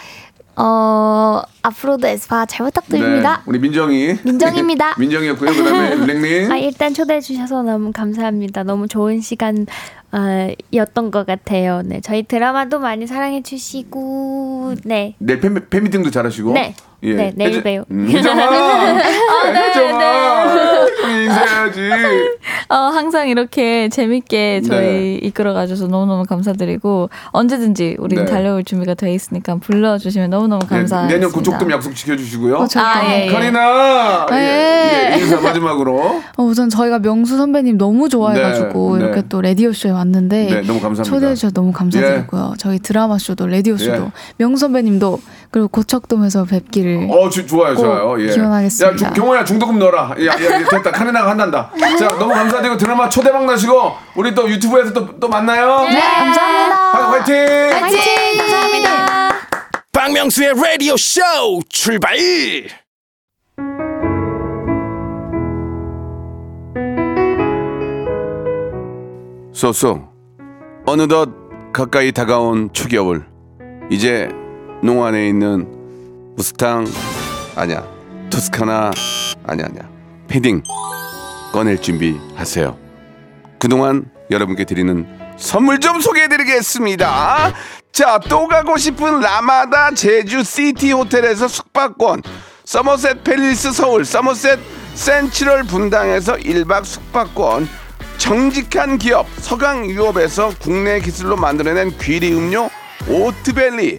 [SPEAKER 6] 어, 앞으로도 에스파 잘 부탁드립니다.
[SPEAKER 1] 네, 우리 민정이.
[SPEAKER 6] 민정입니다.
[SPEAKER 1] 민정이었고요. 그다음에 랭님.
[SPEAKER 9] 아, 일단 초대해 주셔서 너무 감사합니다. 너무 좋은 시간 아, 였던 것 같아요. 네, 저희 드라마도 많이 사랑해 주시고 네.
[SPEAKER 1] 네, 팬, 팬미팅도 잘하시고.
[SPEAKER 9] 네. 네, 내일
[SPEAKER 1] 혜지-
[SPEAKER 9] 봬요.
[SPEAKER 1] 음, 혜정아!
[SPEAKER 9] 네,
[SPEAKER 1] 혜정아! 우리 인사해야지. 네,
[SPEAKER 8] 어, 항상 이렇게 재밌게 저희 이끌어가줘서 너무너무 감사드리고 언제든지
[SPEAKER 1] 네.
[SPEAKER 8] 우린 달려올 준비가 돼 있으니까 불러주시면 너무너무
[SPEAKER 1] 네,
[SPEAKER 8] 감사합니다.
[SPEAKER 1] 내년 그쪽 좀 약속 지켜주시고요.
[SPEAKER 8] 아, 예, 예.
[SPEAKER 1] 카리나! 예,
[SPEAKER 7] 예.
[SPEAKER 1] 예, 인사 마지막으로.
[SPEAKER 7] 어, 우선 저희가 명수 선배님 너무 좋아해가지고
[SPEAKER 1] 네, 네.
[SPEAKER 7] 이렇게 또 라디오 쇼에 왔는데
[SPEAKER 1] 네, 너무 감사합니다.
[SPEAKER 7] 초대해 주셔서 너무 감사드리고요. 저희 드라마 쇼도 라디오 쇼도
[SPEAKER 1] 예.
[SPEAKER 7] 명수 선배님도 그리고 고척돔에서 뵙기를
[SPEAKER 1] 어, 주, 좋아요,
[SPEAKER 7] 꼭
[SPEAKER 1] 좋아요. 예.
[SPEAKER 7] 기원하겠습니다.
[SPEAKER 1] 야, 주- 경호야, 중독금 넣어라. 야, 야, 야, 됐다. 카리나가 한단다. 자, 너무 감사드리고 드라마 초대박 나시고, 우리 또 유튜브에서 또, 또 만나요. 네, 감사합니다. 화이팅! 화이팅!
[SPEAKER 3] 박명수의 라디오 쇼 출발!
[SPEAKER 1] 쏘쏘 어느덧 가까이 다가온 초겨울 이제 농안에 있는 무스탕 아니야 토스카나 아니야 아니야 패딩 꺼낼 준비하세요 그동안 여러분께 드리는 선물 좀 소개해드리겠습니다 자 또 가고 싶은 라마다 제주시티 호텔에서 숙박권 서머셋 팰리스 서울 서머셋 센츄럴 분당에서 1박 숙박권 정직한 기업 서강유업에서 국내 기술로 만들어낸 귀리 음료 오트밸리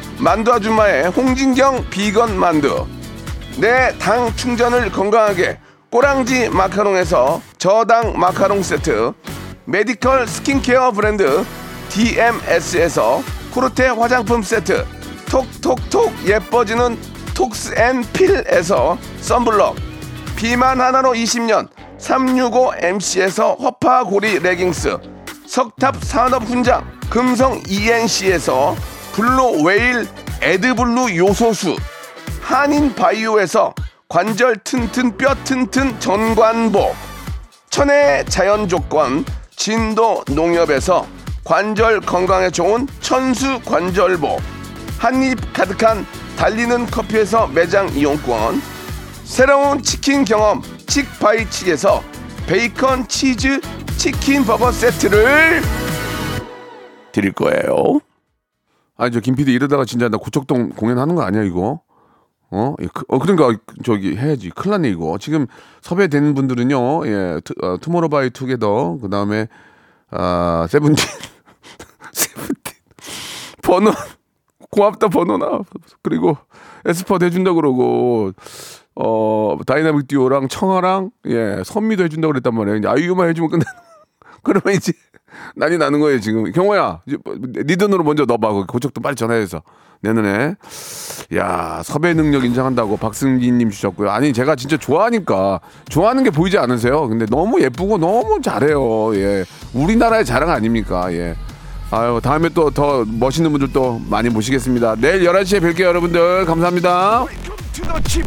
[SPEAKER 1] 만두 아줌마의 홍진경 비건 만두 내 당 충전을 건강하게 꼬랑지 마카롱에서 저당 마카롱 세트 메디컬 스킨케어 브랜드 DMS에서 코르테 화장품 세트 톡톡톡 예뻐지는 톡스앤필에서 썬블럭 비만 하나로 20년 365MC에서 허파고리 레깅스 석탑 산업훈장 금성 ENC에서 블루웨일 에드블루 요소수 한인 바이오에서 관절 튼튼 뼈 튼튼 전관복 천혜의 자연 조건 진도 농협에서 관절 건강에 좋은 천수 관절보 한입 가득한 달리는 커피에서 매장 이용권 새로운 치킨 경험 칙바이칙에서 베이컨 치즈 치킨 버거 세트를 드릴 거예요. 아니 저김 PD 이러다가 진짜 나 고척동 공연하는 거 아니야 이거? 어? 예, 그, 어 그러니까 저기 해야지 큰일 났네 이거 지금 섭외되는 분들은요 예 투, 어, 투모로바이 투게더 그 다음에 아 세븐틴 세븐틴 번호 고맙다 번호나 그리고 에스퍼도 해준다 그러고 어 다이나믹 듀오랑 청아랑 예 선미도 해준다 그랬단 말이에요 이제 아이유만 해주면 끝나는 그러면 이제 난이 나는 거예요 지금 경호야 이제 뭐, 네 돈으로 먼저 넣어봐 거기 고척도 빨리 전화해서 내년에 야 섭외 능력 인정한다고 박승기님 주셨고요 아니 제가 진짜 좋아하니까 좋아하는 게 보이지 않으세요 근데 너무 예쁘고 너무 잘해요 예 우리나라의 자랑 아닙니까 예 아유 다음에 또 더 멋있는 분들 또 많이 모시겠습니다 내일 11시에 뵐게요 여러분들 감사합니다
[SPEAKER 3] G